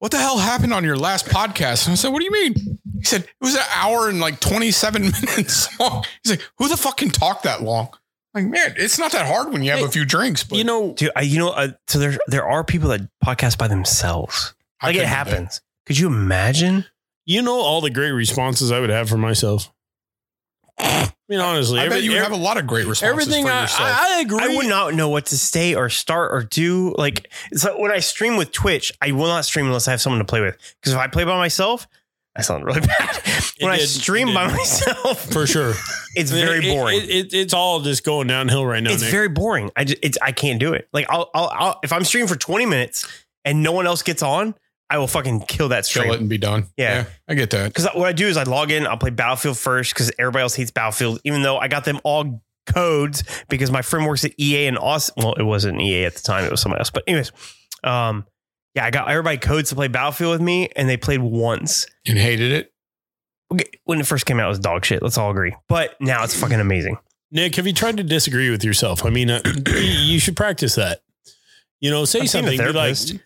Speaker 2: "What the hell happened on your last podcast?" And I said, "What do you mean?" He said, "It was an hour and like twenty seven minutes long." He's like, "Who the fuck can talk that long?" Like, man, it's not that hard when you have
Speaker 1: Hey,
Speaker 2: a few drinks, but
Speaker 1: You know,
Speaker 3: Dude, I, you know, uh, so there there are people that podcast by themselves.
Speaker 2: I
Speaker 3: Like it
Speaker 2: couldn't do
Speaker 3: happens. Could you imagine?
Speaker 1: you know all the great responses I would have for myself. I mean,
Speaker 2: that.
Speaker 1: honestly,
Speaker 2: I
Speaker 1: every-
Speaker 2: bet you would
Speaker 1: every-
Speaker 2: have a lot of great responses
Speaker 1: everything
Speaker 2: for
Speaker 1: I,
Speaker 2: yourself.
Speaker 1: I, I agree.
Speaker 3: I would not know what to say or start or do. Like it's like when I stream with Twitch, I will not stream unless I have someone to play with. Because if I play by myself, I sound really bad. when I
Speaker 1: did- it
Speaker 3: stream
Speaker 1: did.
Speaker 3: by myself,
Speaker 1: for sure.
Speaker 3: it's
Speaker 1: It-
Speaker 3: very
Speaker 1: it-
Speaker 3: boring.
Speaker 1: It, it, it's all just going downhill right now.
Speaker 3: it's
Speaker 1: Nick.
Speaker 3: very boring. I just, it's I can't do it. Like I'll, I'll I'll if I'm streaming for 20 minutes and no one else gets on, I will fucking kill that
Speaker 2: Chill
Speaker 3: stream.
Speaker 2: it and be done.
Speaker 3: Yeah.
Speaker 2: I get that.
Speaker 3: Because what I do is I log in, I'll play Battlefield first because everybody else hates Battlefield, even though I got them all codes because my friend works at E EA in Austin. Well, it wasn't EA at the time, it was somebody else. But, anyways, um, yeah, I got everybody codes to play Battlefield with me, and they played once.
Speaker 2: And hated it.
Speaker 3: Okay, When it first came out, it was dog shit. Let's all agree. But now it's fucking amazing.
Speaker 1: Nick, have you tried to disagree with yourself? I mean, uh, you should practice that. You know, say
Speaker 3: I've seen a
Speaker 1: something. Be like,
Speaker 3: therapist.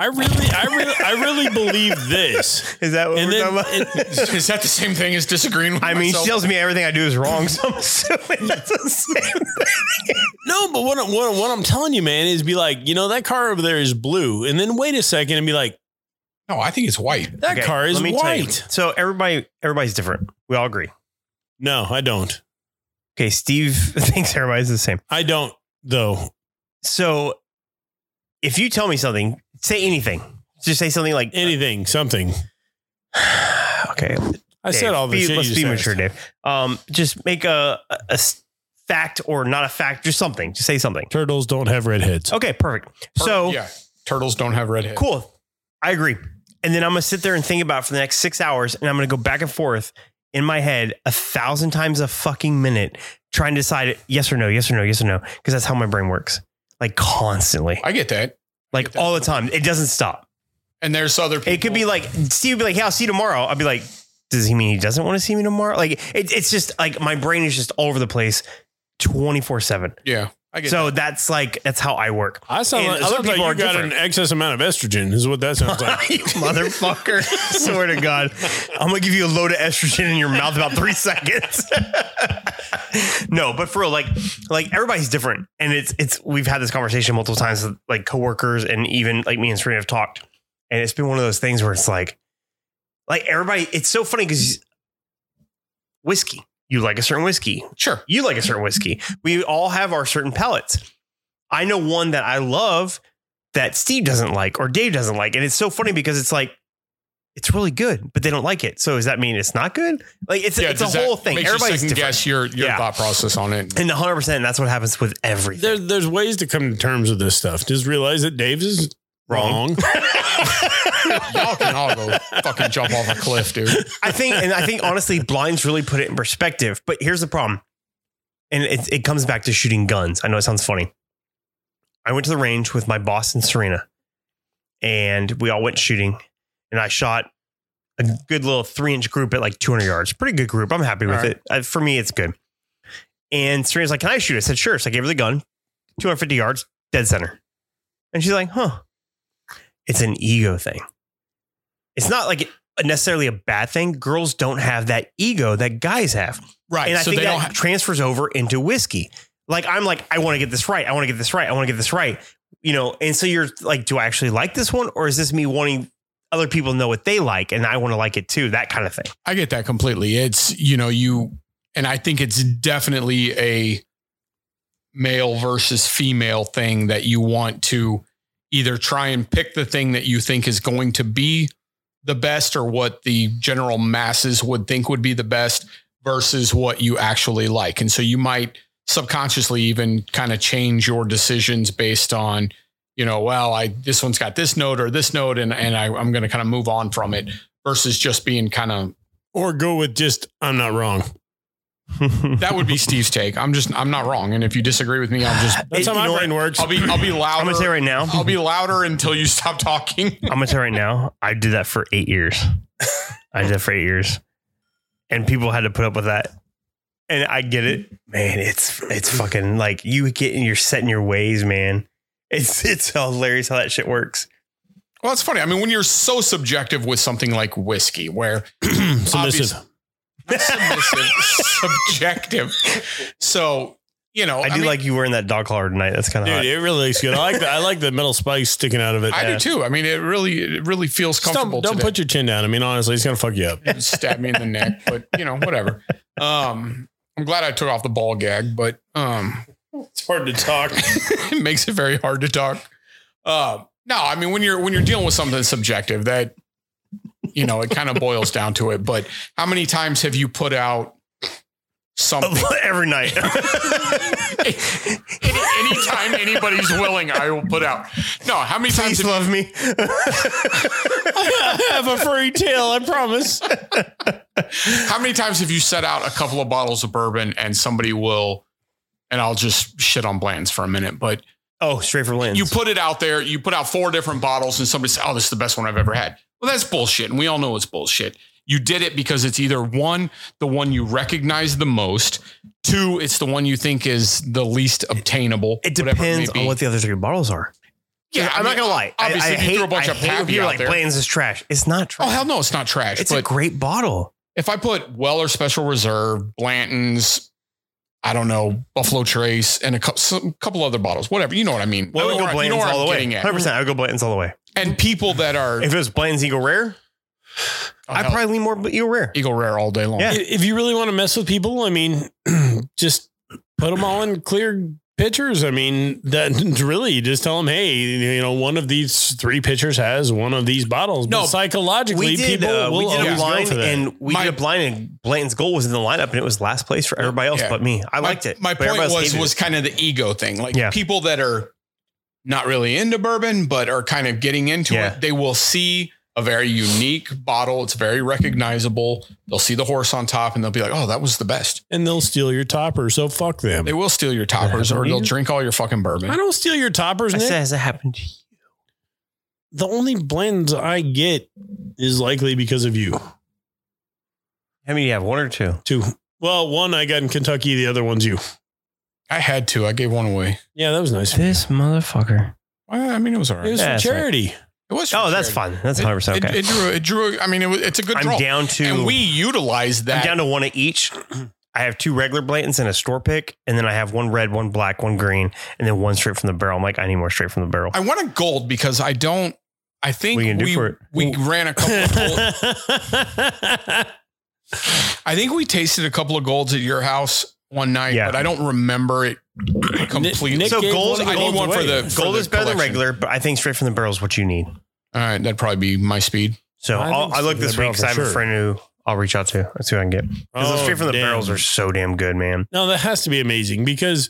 Speaker 1: I really, I really, I really believe this.
Speaker 3: Is that what
Speaker 1: And
Speaker 3: we're
Speaker 1: then-
Speaker 3: talking about?
Speaker 2: Is that the same thing as disagreeing with
Speaker 3: I mean,
Speaker 2: myself?
Speaker 3: she tells me everything I do is wrong, so I'm assuming that's the same.
Speaker 1: No, but what, what what I'm telling you, man, is be like, you know, that car over there is blue, and then wait a second and be like,
Speaker 2: no, I think it's white.
Speaker 1: that
Speaker 3: Okay,
Speaker 1: car is
Speaker 3: let me tell you.
Speaker 1: white.
Speaker 3: So everybody, everybody's different. We all agree.
Speaker 1: No, I don't.
Speaker 3: Okay, Steve thinks everybody's the same.
Speaker 1: I don't though.
Speaker 3: So if you tell me something, say anything. Just say something like
Speaker 1: Anything, something.
Speaker 3: okay.
Speaker 1: I said all this.
Speaker 3: be,
Speaker 1: shit
Speaker 3: Let's
Speaker 1: you
Speaker 3: be
Speaker 1: said.
Speaker 3: mature, Dave. Um, just make a, a- a s- fact or not a fact, just something. Just say something.
Speaker 1: Turtles don't have redheads.
Speaker 3: Okay, perfect. So
Speaker 2: yeah, turtles don't have red hair.
Speaker 3: cool. I agree. And then I'm gonna sit there and think about it for the next six hours, and I'm gonna go back and forth in my head a thousand times a fucking minute, trying to decide yes or no, yes or no, yes or no, because that's how my brain works, like constantly,
Speaker 2: I get that.
Speaker 3: like all the time. It doesn't stop.
Speaker 2: And there's other people.
Speaker 3: It could be like Steve would be like, "Yeah, I'll see you tomorrow." I'd be like, "Does he mean he doesn't want to see me tomorrow?" Like it, it's just like my brain is just all over the place, twenty four seven.
Speaker 2: yeah. I get
Speaker 3: So that's like that's how I work.
Speaker 1: I sound
Speaker 3: And
Speaker 1: like, it
Speaker 3: other
Speaker 1: sounds like
Speaker 3: people
Speaker 1: you
Speaker 3: are
Speaker 1: got
Speaker 3: different.
Speaker 1: an excess amount of estrogen. Is what that sounds like.
Speaker 3: You motherfucker! Swear to God, I'm gonna give you a load of estrogen in your mouth in about three seconds. no, but for real, like, like everybody's different, and it's it's we've had this conversation multiple times, with, like coworkers, and even like me and Serena have talked, and it's been one of those things where it's like, like everybody, it's so funny because whiskey, you like a certain whiskey,
Speaker 2: that. Sure.
Speaker 3: you like a certain whiskey. We all have our certain palates. I know one that I love that Steve doesn't like or Dave doesn't like. And it's so funny because it's like, it's really good, but they don't like it. So does that mean it's not good? Like it's, it's a
Speaker 2: does that
Speaker 3: whole thing.
Speaker 2: makes you
Speaker 3: Everybody's
Speaker 2: second
Speaker 3: different.
Speaker 2: guess your your
Speaker 3: Yeah.
Speaker 2: thought process on it.
Speaker 3: And 100% that's what happens with everything.
Speaker 1: There, there's ways to come to terms with this stuff. Just realize that Dave's is
Speaker 3: Wrong.
Speaker 1: wrong.
Speaker 2: Y'all can all go fucking jump off a cliff, dude.
Speaker 3: I think, and I think honestly, blinds really put it in perspective. But here's the problem, and it, it comes back to shooting guns. I know it sounds funny. I went to the range with my boss and Serena, and we all went shooting, and I shot a good little three inch group at like 200 yards. Pretty good group. I'm happy with
Speaker 2: All right.
Speaker 3: it. Uh, for me, it's good. And Serena's like, "Can I shoot?" I said, "Sure." So I gave her the gun, 250 yards, dead center, and she's like, "Huh." It's an ego thing. It's not like necessarily a bad thing. Girls don't have that ego that guys have.
Speaker 2: Right.
Speaker 3: And I
Speaker 2: so
Speaker 3: think
Speaker 2: they
Speaker 3: that
Speaker 2: don't. Ha-
Speaker 3: transfers over into whiskey. Like I'm like, I want to get this right. I want to get this right. I want to get this right. You know, and so you're like, do I actually like this one? Or is this me wanting other people to know what they like and I want to like it too? That kind of thing.
Speaker 2: I get that completely. It's you know you, and I think it's definitely a male versus female thing that you want to either try and pick the thing that you think is going to be the best or what the general masses would think would be the best versus what you actually like. And so you might subconsciously even kind of change your decisions based on you know well i this one's got this note or this note and and I, i'm going to kind of move on from it versus just being kind of
Speaker 1: Or go with just I'm not wrong.
Speaker 2: that would be steve's take i'm just i'm not wrong and if you disagree with me i'll just
Speaker 1: That's
Speaker 3: It-
Speaker 1: how
Speaker 3: you know
Speaker 1: my
Speaker 3: what?
Speaker 1: brain works.
Speaker 2: i'll be i'll be
Speaker 3: I'm
Speaker 2: louder
Speaker 3: gonna say right now.
Speaker 2: i'll be louder until you stop talking
Speaker 3: I'm gonna tell you right now. I did that for eight years. I did that for eight years, and people had to put up with that. And I get it, man. It's it's fucking like you get in your set in your ways, man. It's it's hilarious how that shit works.
Speaker 2: well it's funny i mean when you're so subjective with something like whiskey where
Speaker 1: Submissive.
Speaker 2: submissive, subjective. So you know,
Speaker 3: I do
Speaker 2: mean,
Speaker 3: like you wearing that dog collar tonight. That's kind of hot.
Speaker 1: Dude, it really looks good. I like the I like the metal spikes sticking out of it.
Speaker 2: I
Speaker 1: Yeah.
Speaker 2: do too. I mean, it really, it really feels
Speaker 1: Just
Speaker 2: comfortable.
Speaker 1: Don't, don't put your chin down. I mean, honestly, it's gonna fuck you up.
Speaker 2: put stab me in the neck, but you know, whatever. Um, I'm glad I took off the ball gag, but um,
Speaker 1: It's hard to talk.
Speaker 2: it makes it very hard to talk. Uh, no, I mean when you're when you're dealing with something subjective, that you know, it kind of boils down to it. But how many times have you put out something?
Speaker 3: every night.
Speaker 2: Any, anytime anybody's willing, I will put out. No, how many times
Speaker 3: Please
Speaker 2: have
Speaker 3: love me.
Speaker 1: I have a furry tail, I promise.
Speaker 2: How many times have you set out a couple of bottles of bourbon and somebody will, and I'll just shit on Bland's for a minute, but
Speaker 3: oh, straight for Lynn.
Speaker 2: you put it out there, you put out four different bottles and somebody says, oh, this is the best one I've ever had. Well, that's bullshit. And we all know it's bullshit. You did it because it's either one, the one you recognize the most, two, it's the one you think is the least obtainable.
Speaker 3: it
Speaker 2: whatever may
Speaker 3: depends
Speaker 2: be.
Speaker 3: on what the other three bottles are.
Speaker 2: yeah,
Speaker 3: I'm not gonna lie. I-
Speaker 2: Obviously,
Speaker 3: I,
Speaker 2: if you
Speaker 3: hate,
Speaker 2: threw a bunch
Speaker 3: I
Speaker 2: of
Speaker 3: hate when
Speaker 2: Pappy
Speaker 3: people are
Speaker 2: out
Speaker 3: like
Speaker 2: there-
Speaker 3: Bland's is trash. It's not trash.
Speaker 2: Oh, hell no, it's not trash.
Speaker 3: It's
Speaker 2: but
Speaker 3: a great bottle.
Speaker 2: if I put Weller Special Reserve, Blanton's, I don't know, Buffalo Trace, and a couple, some, couple other bottles, whatever. You know what I mean?
Speaker 3: Well, I
Speaker 2: You
Speaker 3: would
Speaker 2: know
Speaker 3: go
Speaker 2: where- you
Speaker 3: Blanton's
Speaker 2: know where
Speaker 3: all
Speaker 2: I'm
Speaker 3: the way.
Speaker 2: getting at.
Speaker 3: Hundred percent, I would go Blanton's all the way.
Speaker 2: And people that are
Speaker 3: If it was Blanton's Eagle Rare,
Speaker 2: oh,
Speaker 3: I'd
Speaker 2: hell,
Speaker 3: probably lean more Eagle Rare.
Speaker 2: Eagle Rare all day long.
Speaker 3: Yeah.
Speaker 1: if you really want to mess with people, I mean, just put them all in clear pitchers. I mean, that really you just tell them, hey, you know, one of these three pitchers has one of these bottles.
Speaker 2: No,
Speaker 1: but psychologically,
Speaker 3: We did,
Speaker 1: people
Speaker 3: uh,
Speaker 1: will
Speaker 3: we did a
Speaker 1: always go
Speaker 3: blind
Speaker 1: for that.
Speaker 3: and we
Speaker 2: My-
Speaker 3: did a blind and Blanton's goal was in the lineup and it was last place for everybody else
Speaker 2: Yeah.
Speaker 3: but me. I
Speaker 2: My-
Speaker 3: liked it.
Speaker 2: My
Speaker 3: but
Speaker 2: point
Speaker 3: everybody else
Speaker 2: was
Speaker 3: hated
Speaker 2: was kind of the ego thing. Like
Speaker 3: Yeah.
Speaker 2: people that are not really into bourbon, but are kind of getting into
Speaker 3: Yeah.
Speaker 2: it, they will see a very unique bottle. It's very recognizable. They'll see the horse on top and they'll be like, oh, that was the best.
Speaker 1: and they'll steal your topper. So fuck them.
Speaker 2: They will steal your toppers or they'll drink all your fucking bourbon.
Speaker 1: I don't steal your toppers,
Speaker 3: it. I
Speaker 1: Nick.
Speaker 3: said, has it happened to you?
Speaker 1: the only blends I get is likely because of you.
Speaker 3: How many do you have? One or two?
Speaker 1: Two. Well, one I got in Kentucky, the other one's you.
Speaker 2: I had to. I gave one away.
Speaker 1: Yeah, that was nice. It
Speaker 3: This motherfucker.
Speaker 2: Well, I mean, it was all right.
Speaker 1: was
Speaker 3: Yeah,
Speaker 1: for
Speaker 3: that's right.
Speaker 1: charity.
Speaker 2: It was.
Speaker 3: Oh,
Speaker 2: for
Speaker 3: that's
Speaker 2: charity.
Speaker 3: fun. That's
Speaker 2: It-
Speaker 3: hundred percent
Speaker 2: It,
Speaker 3: okay.
Speaker 2: it drew. It drew. I mean, it was, it's a good draw.
Speaker 3: I'm down to
Speaker 2: and we utilize
Speaker 3: I'm
Speaker 2: that.
Speaker 3: down to one of each. I have two regular Blantons and a store pick, and then I have one red, one black, one green, and then one straight from the barrel. I'm like, I need more straight from the barrel.
Speaker 2: I want a gold because I don't. I think
Speaker 3: What you
Speaker 2: we
Speaker 3: gonna do for it?
Speaker 2: we ran a couple. of gold. I think we tasted a couple of golds at your house one night,
Speaker 3: Yeah.
Speaker 2: but I don't remember it completely.
Speaker 1: Nick-
Speaker 3: so
Speaker 1: gave
Speaker 3: gold,
Speaker 1: one of the
Speaker 2: I need
Speaker 3: gold,
Speaker 1: golds
Speaker 2: one for
Speaker 1: away.
Speaker 2: the for
Speaker 3: gold
Speaker 2: the
Speaker 3: is better than
Speaker 2: collection.
Speaker 3: regular, but I think straight from the barrel is what you need.
Speaker 2: All right, that'd probably be my speed.
Speaker 3: So
Speaker 1: I
Speaker 3: I, will
Speaker 1: think
Speaker 3: I look
Speaker 1: straight
Speaker 3: this
Speaker 1: from the
Speaker 3: week
Speaker 1: barrel
Speaker 3: because I have
Speaker 1: for
Speaker 3: a
Speaker 1: sure.
Speaker 3: friend who I'll reach out to. Let's see what I can get. Because the
Speaker 1: Oh,
Speaker 3: straight from the
Speaker 1: damn.
Speaker 3: barrels are so damn good, man.
Speaker 1: No, that has to be amazing because,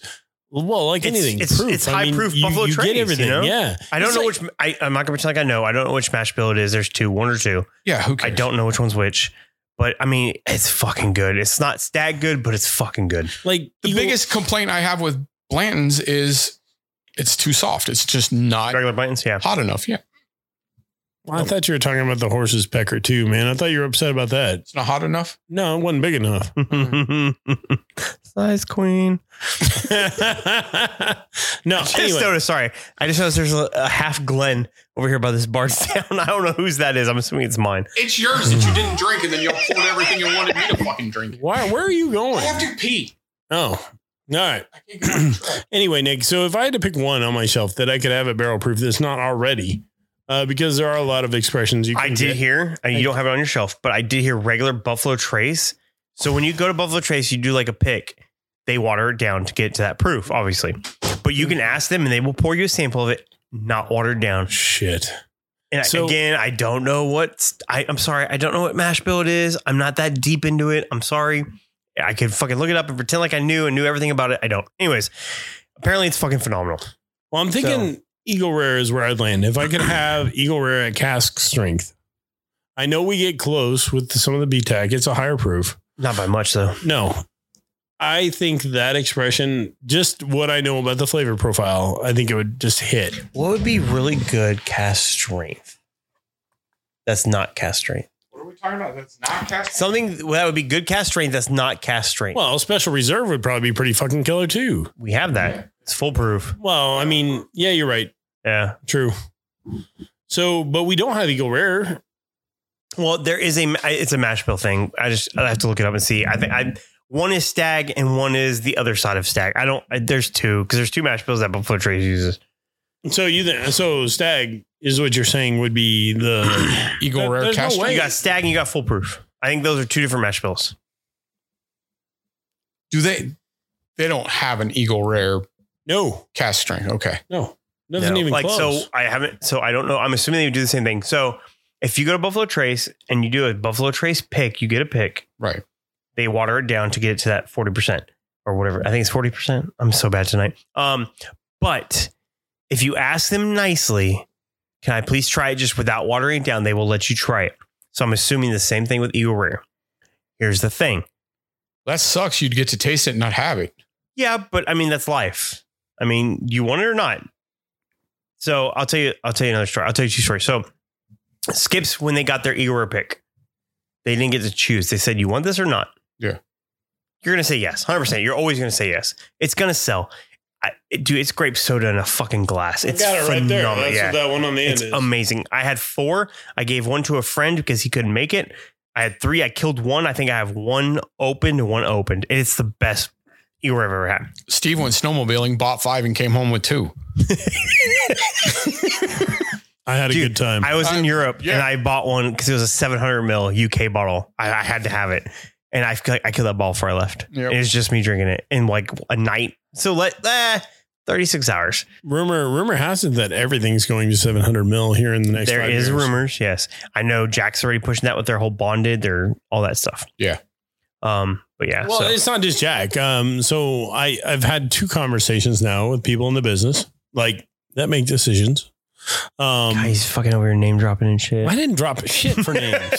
Speaker 1: well, like
Speaker 3: It's-
Speaker 1: anything,
Speaker 3: it's-
Speaker 1: proof.
Speaker 3: it's high proof Buffalo
Speaker 1: You
Speaker 3: Trace,
Speaker 1: get
Speaker 3: you
Speaker 1: everything.
Speaker 3: know?
Speaker 1: Yeah,
Speaker 3: I don't
Speaker 1: It's
Speaker 3: know
Speaker 1: like-
Speaker 3: which. I, I'm not gonna pretend like I know. I don't know which mash bill it is. There's two, one or two.
Speaker 2: Yeah, who
Speaker 3: I
Speaker 2: cares?
Speaker 3: don't know which one's which. But I mean, it's fucking good. It's not stag good, but it's fucking good.
Speaker 1: like
Speaker 2: The
Speaker 1: Eagle-
Speaker 2: biggest complaint I have with Blanton's is it's too soft. It's just not
Speaker 3: Regular Blantons, yeah.
Speaker 2: hot enough. Yeah,
Speaker 1: I thought you were talking about the horse's pecker too, man. I thought you were upset about that.
Speaker 2: it's not hot enough.
Speaker 1: No, it wasn't big enough.
Speaker 3: Size queen.
Speaker 1: no,
Speaker 3: Just
Speaker 1: anyway.
Speaker 3: noticed. Sorry, I just noticed there's a, a half Glen over here by this Bardstown. I don't know whose that is. I'm assuming it's mine.
Speaker 2: It's yours that you didn't drink, and then y'all poured everything you wanted me to fucking drink.
Speaker 1: why? Where are you going?
Speaker 2: to pee.
Speaker 1: Oh, all right.
Speaker 2: I can't get on track.
Speaker 1: Anyway, Nick, so if I had to pick one on my shelf that I could have a barrel proof that's not already, uh, because there are a lot of expressions you can
Speaker 3: I
Speaker 1: get.
Speaker 3: did hear, and you don't have it on your shelf, but I did hear regular Buffalo Trace. So when you go to Buffalo Trace, you do like a pick. They water it down to get to that proof, obviously. But you
Speaker 1: Mm-hmm.
Speaker 3: can ask them, and they will pour you a sample of it, not watered down.
Speaker 1: Shit.
Speaker 3: And I-
Speaker 1: So-
Speaker 3: again, I don't know what I, I'm sorry, I don't know what mash bill it is. I'm not that deep into it. I'm sorry. I could fucking look it up and pretend like I knew and knew everything about it. I don't. Anyways, apparently it's fucking phenomenal.
Speaker 1: Well, I'm thinking Eagle Rare is where I'd land. If I could have Eagle Rare at cask strength, I know we get close with some of the BTAC. It's a higher proof.
Speaker 3: Not by much though.
Speaker 1: No. I think that expression, just what I know about the flavor profile, I think it would just hit.
Speaker 3: What would be really good cast strength? That's not cast strength.
Speaker 2: What are we talking about? That's not cast.
Speaker 3: Something that would be good cast strength that's not cast strength.
Speaker 1: Well, Special Reserve would probably be pretty fucking killer too.
Speaker 3: we have that. It's foolproof.
Speaker 1: Well, I mean, yeah, you're right.
Speaker 3: Yeah.
Speaker 1: True. So, but we don't have Eagle Rare.
Speaker 3: Well, there is a it's a mash bill thing. I just I have to look it up and see. I think I one is stag and one is the other side of stag. I don't. I, there's two because there's two mash bills that Buffalo Trace uses.
Speaker 1: So you th- so stag is what you're saying would be the
Speaker 2: Eagle Rare
Speaker 1: There's no
Speaker 2: cast.
Speaker 1: way.
Speaker 3: You got stag and you got foolproof. I think those are two different mash bills.
Speaker 2: Do they? They don't have an Eagle Rare
Speaker 1: no,
Speaker 2: cast strength. Okay.
Speaker 1: no, nothing
Speaker 3: No.
Speaker 1: even
Speaker 3: like
Speaker 1: close.
Speaker 3: so. I haven't. So I don't know. I'm assuming they do the same thing. So if you go to Buffalo Trace and you do a Buffalo Trace pick, you get a pick.
Speaker 2: Right.
Speaker 3: they water it down to get it to that 40% or whatever. I think it's 40%. I'm so bad tonight. Um, but if you ask them nicely, can I please try it just without watering it down? They will let you try it. So I'm assuming the same thing with Eagle Rare. Here's the thing.
Speaker 2: That sucks. You'd get to taste it and not have it.
Speaker 3: Yeah, but I mean that's life. I mean, you want it or not. So I'll tell you. I'll tell you another story. I'll tell you two stories. So Skips when they got their Igor pick, they didn't get to choose. They said, "You want this or not?"
Speaker 2: Yeah.
Speaker 3: You're gonna say yes, hundred percent. You're always gonna say yes. It's gonna sell. I, dude, it's grape soda in a fucking glass. It's phenomenal.
Speaker 1: That's
Speaker 3: yeah.
Speaker 1: what that one on the end
Speaker 3: It's
Speaker 1: is.
Speaker 3: amazing. I had four. I gave one to a friend because he couldn't make it. I had three. I killed one. I think I have one opened, one opened. And It's the best you have ever had.
Speaker 2: Steve went snowmobiling, bought five, and came home with two.
Speaker 1: I had a
Speaker 3: Dude,
Speaker 1: good time.
Speaker 3: I was in
Speaker 2: I'm-
Speaker 3: Europe
Speaker 2: yeah.
Speaker 3: and I bought one because it was a 700 mil UK bottle. I, I had to have it. And I, feel like I killed that ball before I left.
Speaker 2: Yep.
Speaker 3: It was just me drinking it in like a night. So let, eh, 36 hours.
Speaker 1: rumor rumor has it that everything's going to 700 mil here in the next.
Speaker 3: there
Speaker 1: five
Speaker 3: is
Speaker 1: years.
Speaker 3: rumors. Yes. I know Jack's already pushing that with their whole bonded, their all that stuff.
Speaker 2: Yeah.
Speaker 3: Um, but yeah.
Speaker 1: Well,
Speaker 3: so-
Speaker 1: it's not just Jack. Um, so I I've had two conversations now with people in the business like that make decisions. Um,
Speaker 3: God, he's fucking over here name dropping and shit.
Speaker 1: I didn't drop shit for names.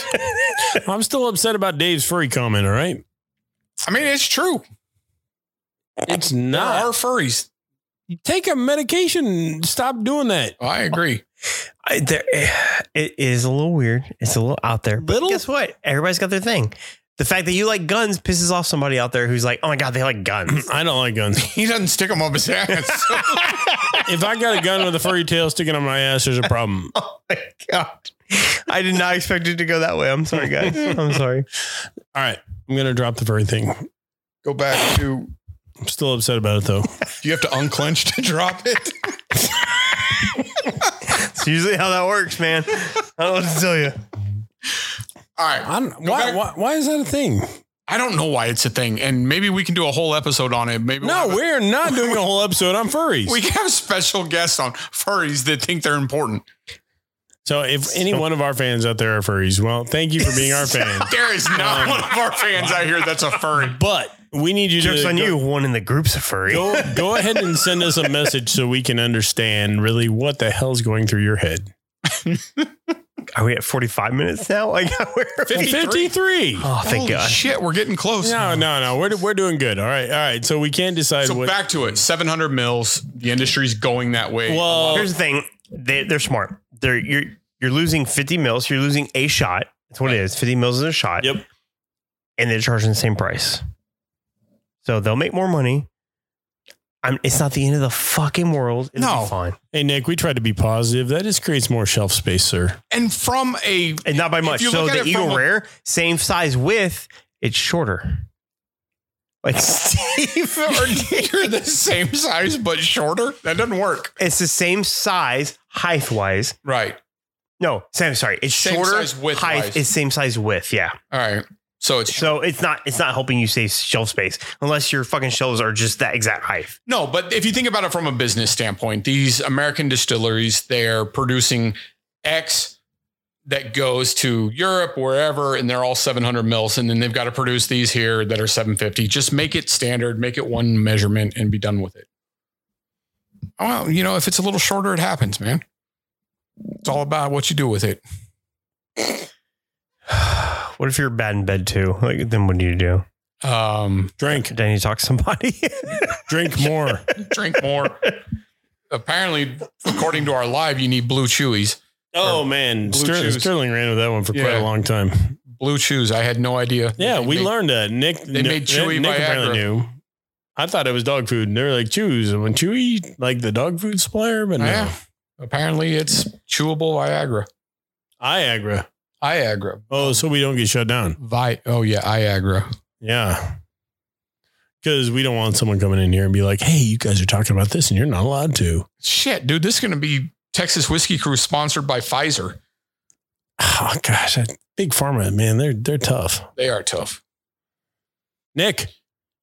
Speaker 1: I'm still upset about Dave's furry comment. All right,
Speaker 2: I mean, it's true.
Speaker 1: it's
Speaker 2: There
Speaker 3: Ah.
Speaker 1: not.
Speaker 2: are furries.
Speaker 1: Take a medication. Stop doing that.
Speaker 2: Oh, I agree.
Speaker 3: I, there, eh, it is a little weird. It's a little out there. But
Speaker 1: Little?
Speaker 3: guess what? Everybody's got their thing. The fact that you like guns pisses off somebody out there who's like, oh my God, they like guns.
Speaker 1: I don't like guns.
Speaker 2: He doesn't stick them up his ass.
Speaker 1: if I got a gun with a furry tail sticking on my ass, there's a problem.
Speaker 3: oh my God. I did not expect it to go that way. I'm sorry, guys. I'm sorry.
Speaker 1: All right, I'm gonna drop the furry thing.
Speaker 2: Go back to.
Speaker 1: I'm still upset about it though.
Speaker 2: Do you have to unclench to drop it?
Speaker 3: It's usually how that works, man. I don't know what to tell you.
Speaker 2: All right.
Speaker 1: I don't,
Speaker 2: Go
Speaker 1: why,
Speaker 2: back.
Speaker 1: why why is that a thing?
Speaker 2: I don't know why it's a thing, and maybe we can do a whole episode on it. Maybe we'll
Speaker 1: No,
Speaker 2: have a-
Speaker 1: we're not doing a whole episode on furries.
Speaker 2: we can have special guests on furries that think they're important.
Speaker 1: so if any one of our fans out there are furries, well, thank you for being our fan.
Speaker 2: There is not one of our fans out here that's a furry.
Speaker 1: But we need you
Speaker 3: Joke's
Speaker 1: to
Speaker 3: on
Speaker 1: go,
Speaker 3: you. One in the group's a furry.
Speaker 1: Go, go ahead and send us a message so we can understand really what the hell's going through your head.
Speaker 3: Are we at 45 minutes now? Like, we're
Speaker 1: 53.
Speaker 3: Oh, thank
Speaker 2: Holy
Speaker 3: God.
Speaker 2: shit, we're getting close.
Speaker 1: No, no, no. We're, we're doing good. All right. All right. So we can't decide
Speaker 2: So
Speaker 1: what.
Speaker 2: back to it. Seven hundred mils. The industry's going that way.
Speaker 1: well,
Speaker 3: Here's the thing: they, they're smart. They're you're you're losing 50 mils. You're losing a shot. That's what it is. 50 mils is a shot.
Speaker 1: Yep.
Speaker 3: And they're charging the same price, so they'll make more money. I'm, it's not the end of the fucking world. It'll
Speaker 2: No.
Speaker 3: be fine,
Speaker 1: hey, Nick, we tried to be positive. That just creates more shelf space, sir.
Speaker 2: and from a
Speaker 3: and not by
Speaker 2: If
Speaker 3: much.
Speaker 2: you
Speaker 3: So
Speaker 2: look at
Speaker 3: the
Speaker 2: it
Speaker 3: Eagle
Speaker 2: from a-
Speaker 3: Rare, same size width, it's shorter. Like Steve,
Speaker 2: you're the same size but shorter. That doesn't work.
Speaker 3: it's the same size height wise.
Speaker 2: Right.
Speaker 3: No, same. Sorry, it's
Speaker 2: Same
Speaker 3: shorter
Speaker 2: size width
Speaker 3: height.
Speaker 2: wise.
Speaker 3: It's same size width. Yeah.
Speaker 2: All right. So it's
Speaker 3: So it's not it's not helping you save shelf space unless your fucking shelves are just that exact height.
Speaker 2: No, but if you think about it from a business standpoint, these American distilleries, they're producing X that goes to Europe, wherever, and they're all 700 mils. And then they've got to produce these here that are 750. Just make it standard, make it one measurement, and be done with it. Well, you know, if it's a little shorter, it happens, man. It's all about what you do with it.
Speaker 3: What if you're bad in bed too? Like, then what do you do?
Speaker 2: Um,
Speaker 1: Drink,
Speaker 3: Then you talk to somebody.
Speaker 1: drink more.
Speaker 2: drink more. Apparently, according to our live, you need blue chewies.
Speaker 1: Oh man,
Speaker 2: Blue
Speaker 1: Sterling,
Speaker 2: chews.
Speaker 1: Sterling ran with that one for quite
Speaker 2: Yeah.
Speaker 1: a long time.
Speaker 2: Blue chews. I had no idea.
Speaker 1: Yeah,
Speaker 2: They
Speaker 1: we
Speaker 2: make-
Speaker 1: learned that. Nick,
Speaker 2: they made Chewy
Speaker 1: Nick
Speaker 2: Viagra.
Speaker 1: apparently knew. I thought it was dog food, and they were like Chews. And when Chewy, like the dog food supplier, but no,
Speaker 2: Yeah. Apparently, it's chewable Viagra.
Speaker 1: Viagra.
Speaker 2: Viagra.
Speaker 1: Oh, so we don't get shut down.
Speaker 2: Vi. Oh yeah, Viagra.
Speaker 1: Yeah. Because we don't want someone coming in here and be like, hey, you guys are talking about this and you're not allowed to.
Speaker 2: Shit, dude, this is gonna be Texas Whiskey Cruise sponsored by Pfizer.
Speaker 1: Oh, gosh. that Big pharma, man. They're they're tough.
Speaker 2: They are tough.
Speaker 1: Nick,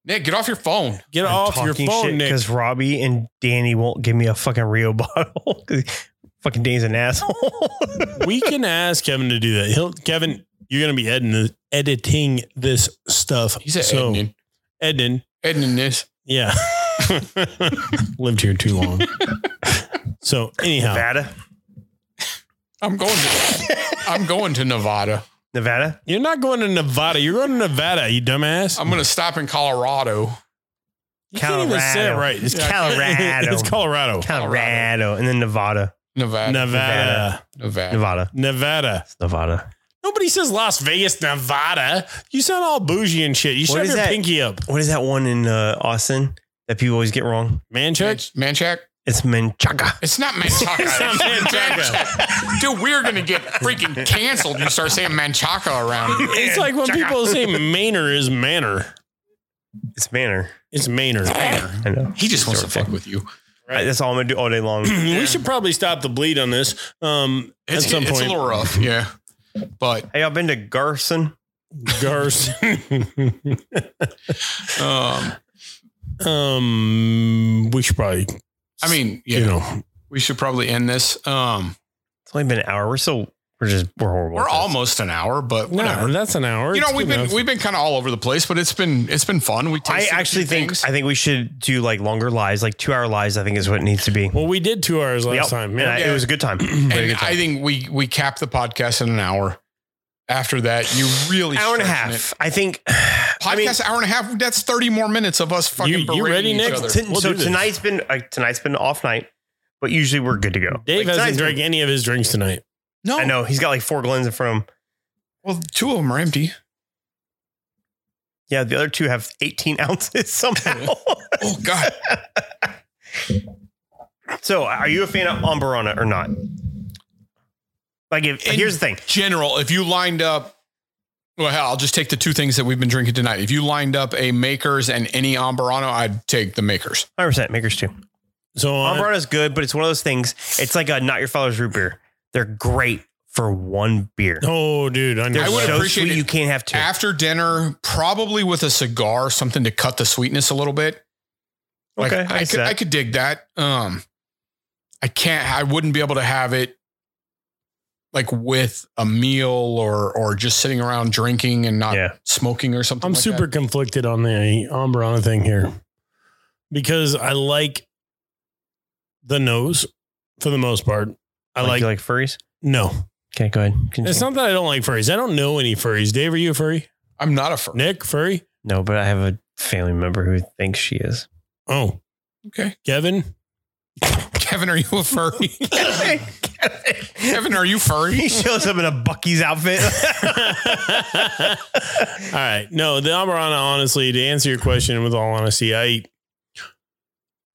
Speaker 2: Nick, get off your phone.
Speaker 1: get off your phone, Nick.
Speaker 3: Because Robbie and Danny won't give me a fucking Rio bottle. 'Cause fucking Danny's an asshole.
Speaker 1: we can ask Kevin to do that. He'll Kevin, you're gonna be editing this, editing this stuff.
Speaker 2: He said
Speaker 1: so,
Speaker 2: Ednin.
Speaker 1: Editing.
Speaker 2: Ednin this.
Speaker 1: Yeah. Lived here too long. so anyhow,
Speaker 3: Nevada.
Speaker 2: I'm going to I'm going to Nevada.
Speaker 3: Nevada.
Speaker 1: you're not going to Nevada. You're going to Nevada, you dumbass.
Speaker 2: I'm gonna stop in Colorado.
Speaker 1: you can't even say it
Speaker 3: Colorado.
Speaker 1: right. It's
Speaker 2: Yeah.
Speaker 3: Colorado.
Speaker 1: It's Colorado.
Speaker 3: Colorado. And then Nevada.
Speaker 2: Nevada.
Speaker 1: Nevada.
Speaker 2: Nevada.
Speaker 3: Nevada.
Speaker 1: Nevada.
Speaker 3: It's Nevada.
Speaker 1: Nobody says Las Vegas, Nevada. You sound all bougie and shit. You should
Speaker 3: What
Speaker 1: have
Speaker 3: is
Speaker 1: your
Speaker 3: that?
Speaker 1: pinky up.
Speaker 3: What is that one in uh, Austin that people always get wrong?
Speaker 1: Man check.
Speaker 2: Man- Manchac?
Speaker 3: It's Menchaca.
Speaker 2: It's not Manchaca.
Speaker 1: It's not
Speaker 2: Manchaca. Dude, we're gonna get freaking canceled. You start saying Manchaca around. here.
Speaker 1: It's like when people say Manor is manor.
Speaker 3: It's Manor.
Speaker 1: It's manor.
Speaker 3: I know.
Speaker 2: He just wants to
Speaker 3: Sort of
Speaker 2: fuck with you.
Speaker 1: Right.
Speaker 3: I- That's all I'm gonna do all day long.
Speaker 1: we should probably stop the bleed on this. Um,
Speaker 2: It's,
Speaker 1: at some
Speaker 2: it's
Speaker 1: point,
Speaker 2: a little rough, yeah. But
Speaker 3: hey, y'all been to Garson?
Speaker 1: Garson.
Speaker 2: um,
Speaker 1: um, we should probably,
Speaker 2: I mean, yeah,
Speaker 1: you know,
Speaker 2: we should probably end this. Um,
Speaker 3: It's only been an hour. We're so we're just we're horrible.
Speaker 2: we're
Speaker 3: at this.
Speaker 2: almost an hour, but whatever.
Speaker 1: no, that's an hour.
Speaker 2: you know,
Speaker 1: It's
Speaker 2: we've
Speaker 1: good
Speaker 2: been
Speaker 1: enough.
Speaker 2: we've been kind of all over the place, but it's been it's been fun. We
Speaker 3: I
Speaker 2: tasted a
Speaker 3: actually
Speaker 2: few
Speaker 3: think
Speaker 2: things.
Speaker 3: I think we should do like longer lives, like two hour lives. I think is what it needs to be.
Speaker 1: well, we did two hours last
Speaker 3: Yep.
Speaker 1: time.
Speaker 3: And
Speaker 1: Yeah.
Speaker 3: I-
Speaker 2: Yeah.
Speaker 3: It was a good time.
Speaker 2: and I think we we cap the podcast in an hour. After that, you really
Speaker 3: hour and a
Speaker 2: stretching
Speaker 3: half.
Speaker 2: it.
Speaker 3: I think.
Speaker 2: Podcast hour and a half. That's thirty more minutes of us fucking.
Speaker 1: You- you
Speaker 2: berating
Speaker 1: ready,
Speaker 2: each
Speaker 1: Nick?
Speaker 2: other.
Speaker 1: Tin- We'll
Speaker 3: so
Speaker 1: do this.
Speaker 3: tonight's been like tonight's been off night, but usually we're good to go.
Speaker 1: Dave
Speaker 3: Like,
Speaker 1: hasn't
Speaker 3: tonight's
Speaker 1: drank
Speaker 3: been-
Speaker 1: any of his drinks tonight.
Speaker 2: No,
Speaker 3: I know he's got like four glens in front of him.
Speaker 2: Well, two of them are empty.
Speaker 3: Yeah, the other two have 18 ounces somehow.
Speaker 2: Oh God,
Speaker 3: so, are you a fan of Ambarana or not? Like, if,
Speaker 2: In-
Speaker 3: here's the thing.
Speaker 2: general. If you lined up. Well, hell, I'll just take the two things that we've been drinking tonight. If you lined up a Makers and any Ambarano, I'd take the Makers.
Speaker 3: 100% makers too.
Speaker 1: So on,
Speaker 3: Umbrana is good, but it's one of those things. It's like a not your father's root beer. They're great for one beer.
Speaker 1: oh, dude, I, know
Speaker 3: They're
Speaker 2: I would
Speaker 1: that.
Speaker 3: so
Speaker 2: appreciate
Speaker 3: sweet
Speaker 2: it
Speaker 3: you can't have two.
Speaker 2: after dinner, probably with a cigar, something to cut the sweetness a little bit. Like,
Speaker 3: Okay, I
Speaker 2: I,
Speaker 3: see
Speaker 2: could,
Speaker 3: that.
Speaker 2: I could dig that. Um, I can't. I wouldn't be able to have it like with a meal or or just sitting around drinking and not
Speaker 3: Yeah.
Speaker 2: smoking or something.
Speaker 1: I'm
Speaker 2: like
Speaker 1: super
Speaker 2: that.
Speaker 1: conflicted on the Ambrana thing here because I like the nose for the most part. I like,
Speaker 3: you like Mm-hmm. furries.
Speaker 1: no.
Speaker 3: Okay, go ahead. Continue.
Speaker 1: It's not that I don't like furries. I don't know any furries. Dave, are you a furry?
Speaker 2: I'm not a fur.
Speaker 1: Nick, furry?
Speaker 3: no, but I have a family member who thinks she is.
Speaker 1: Oh,
Speaker 2: Okay,
Speaker 1: Kevin?
Speaker 2: Kevin, are you a furry?
Speaker 3: he
Speaker 2: Kevin, are you furry?
Speaker 3: shows up in a Bucky's outfit.
Speaker 1: All right. No, the Amarana, honestly, to answer your question with all honesty, I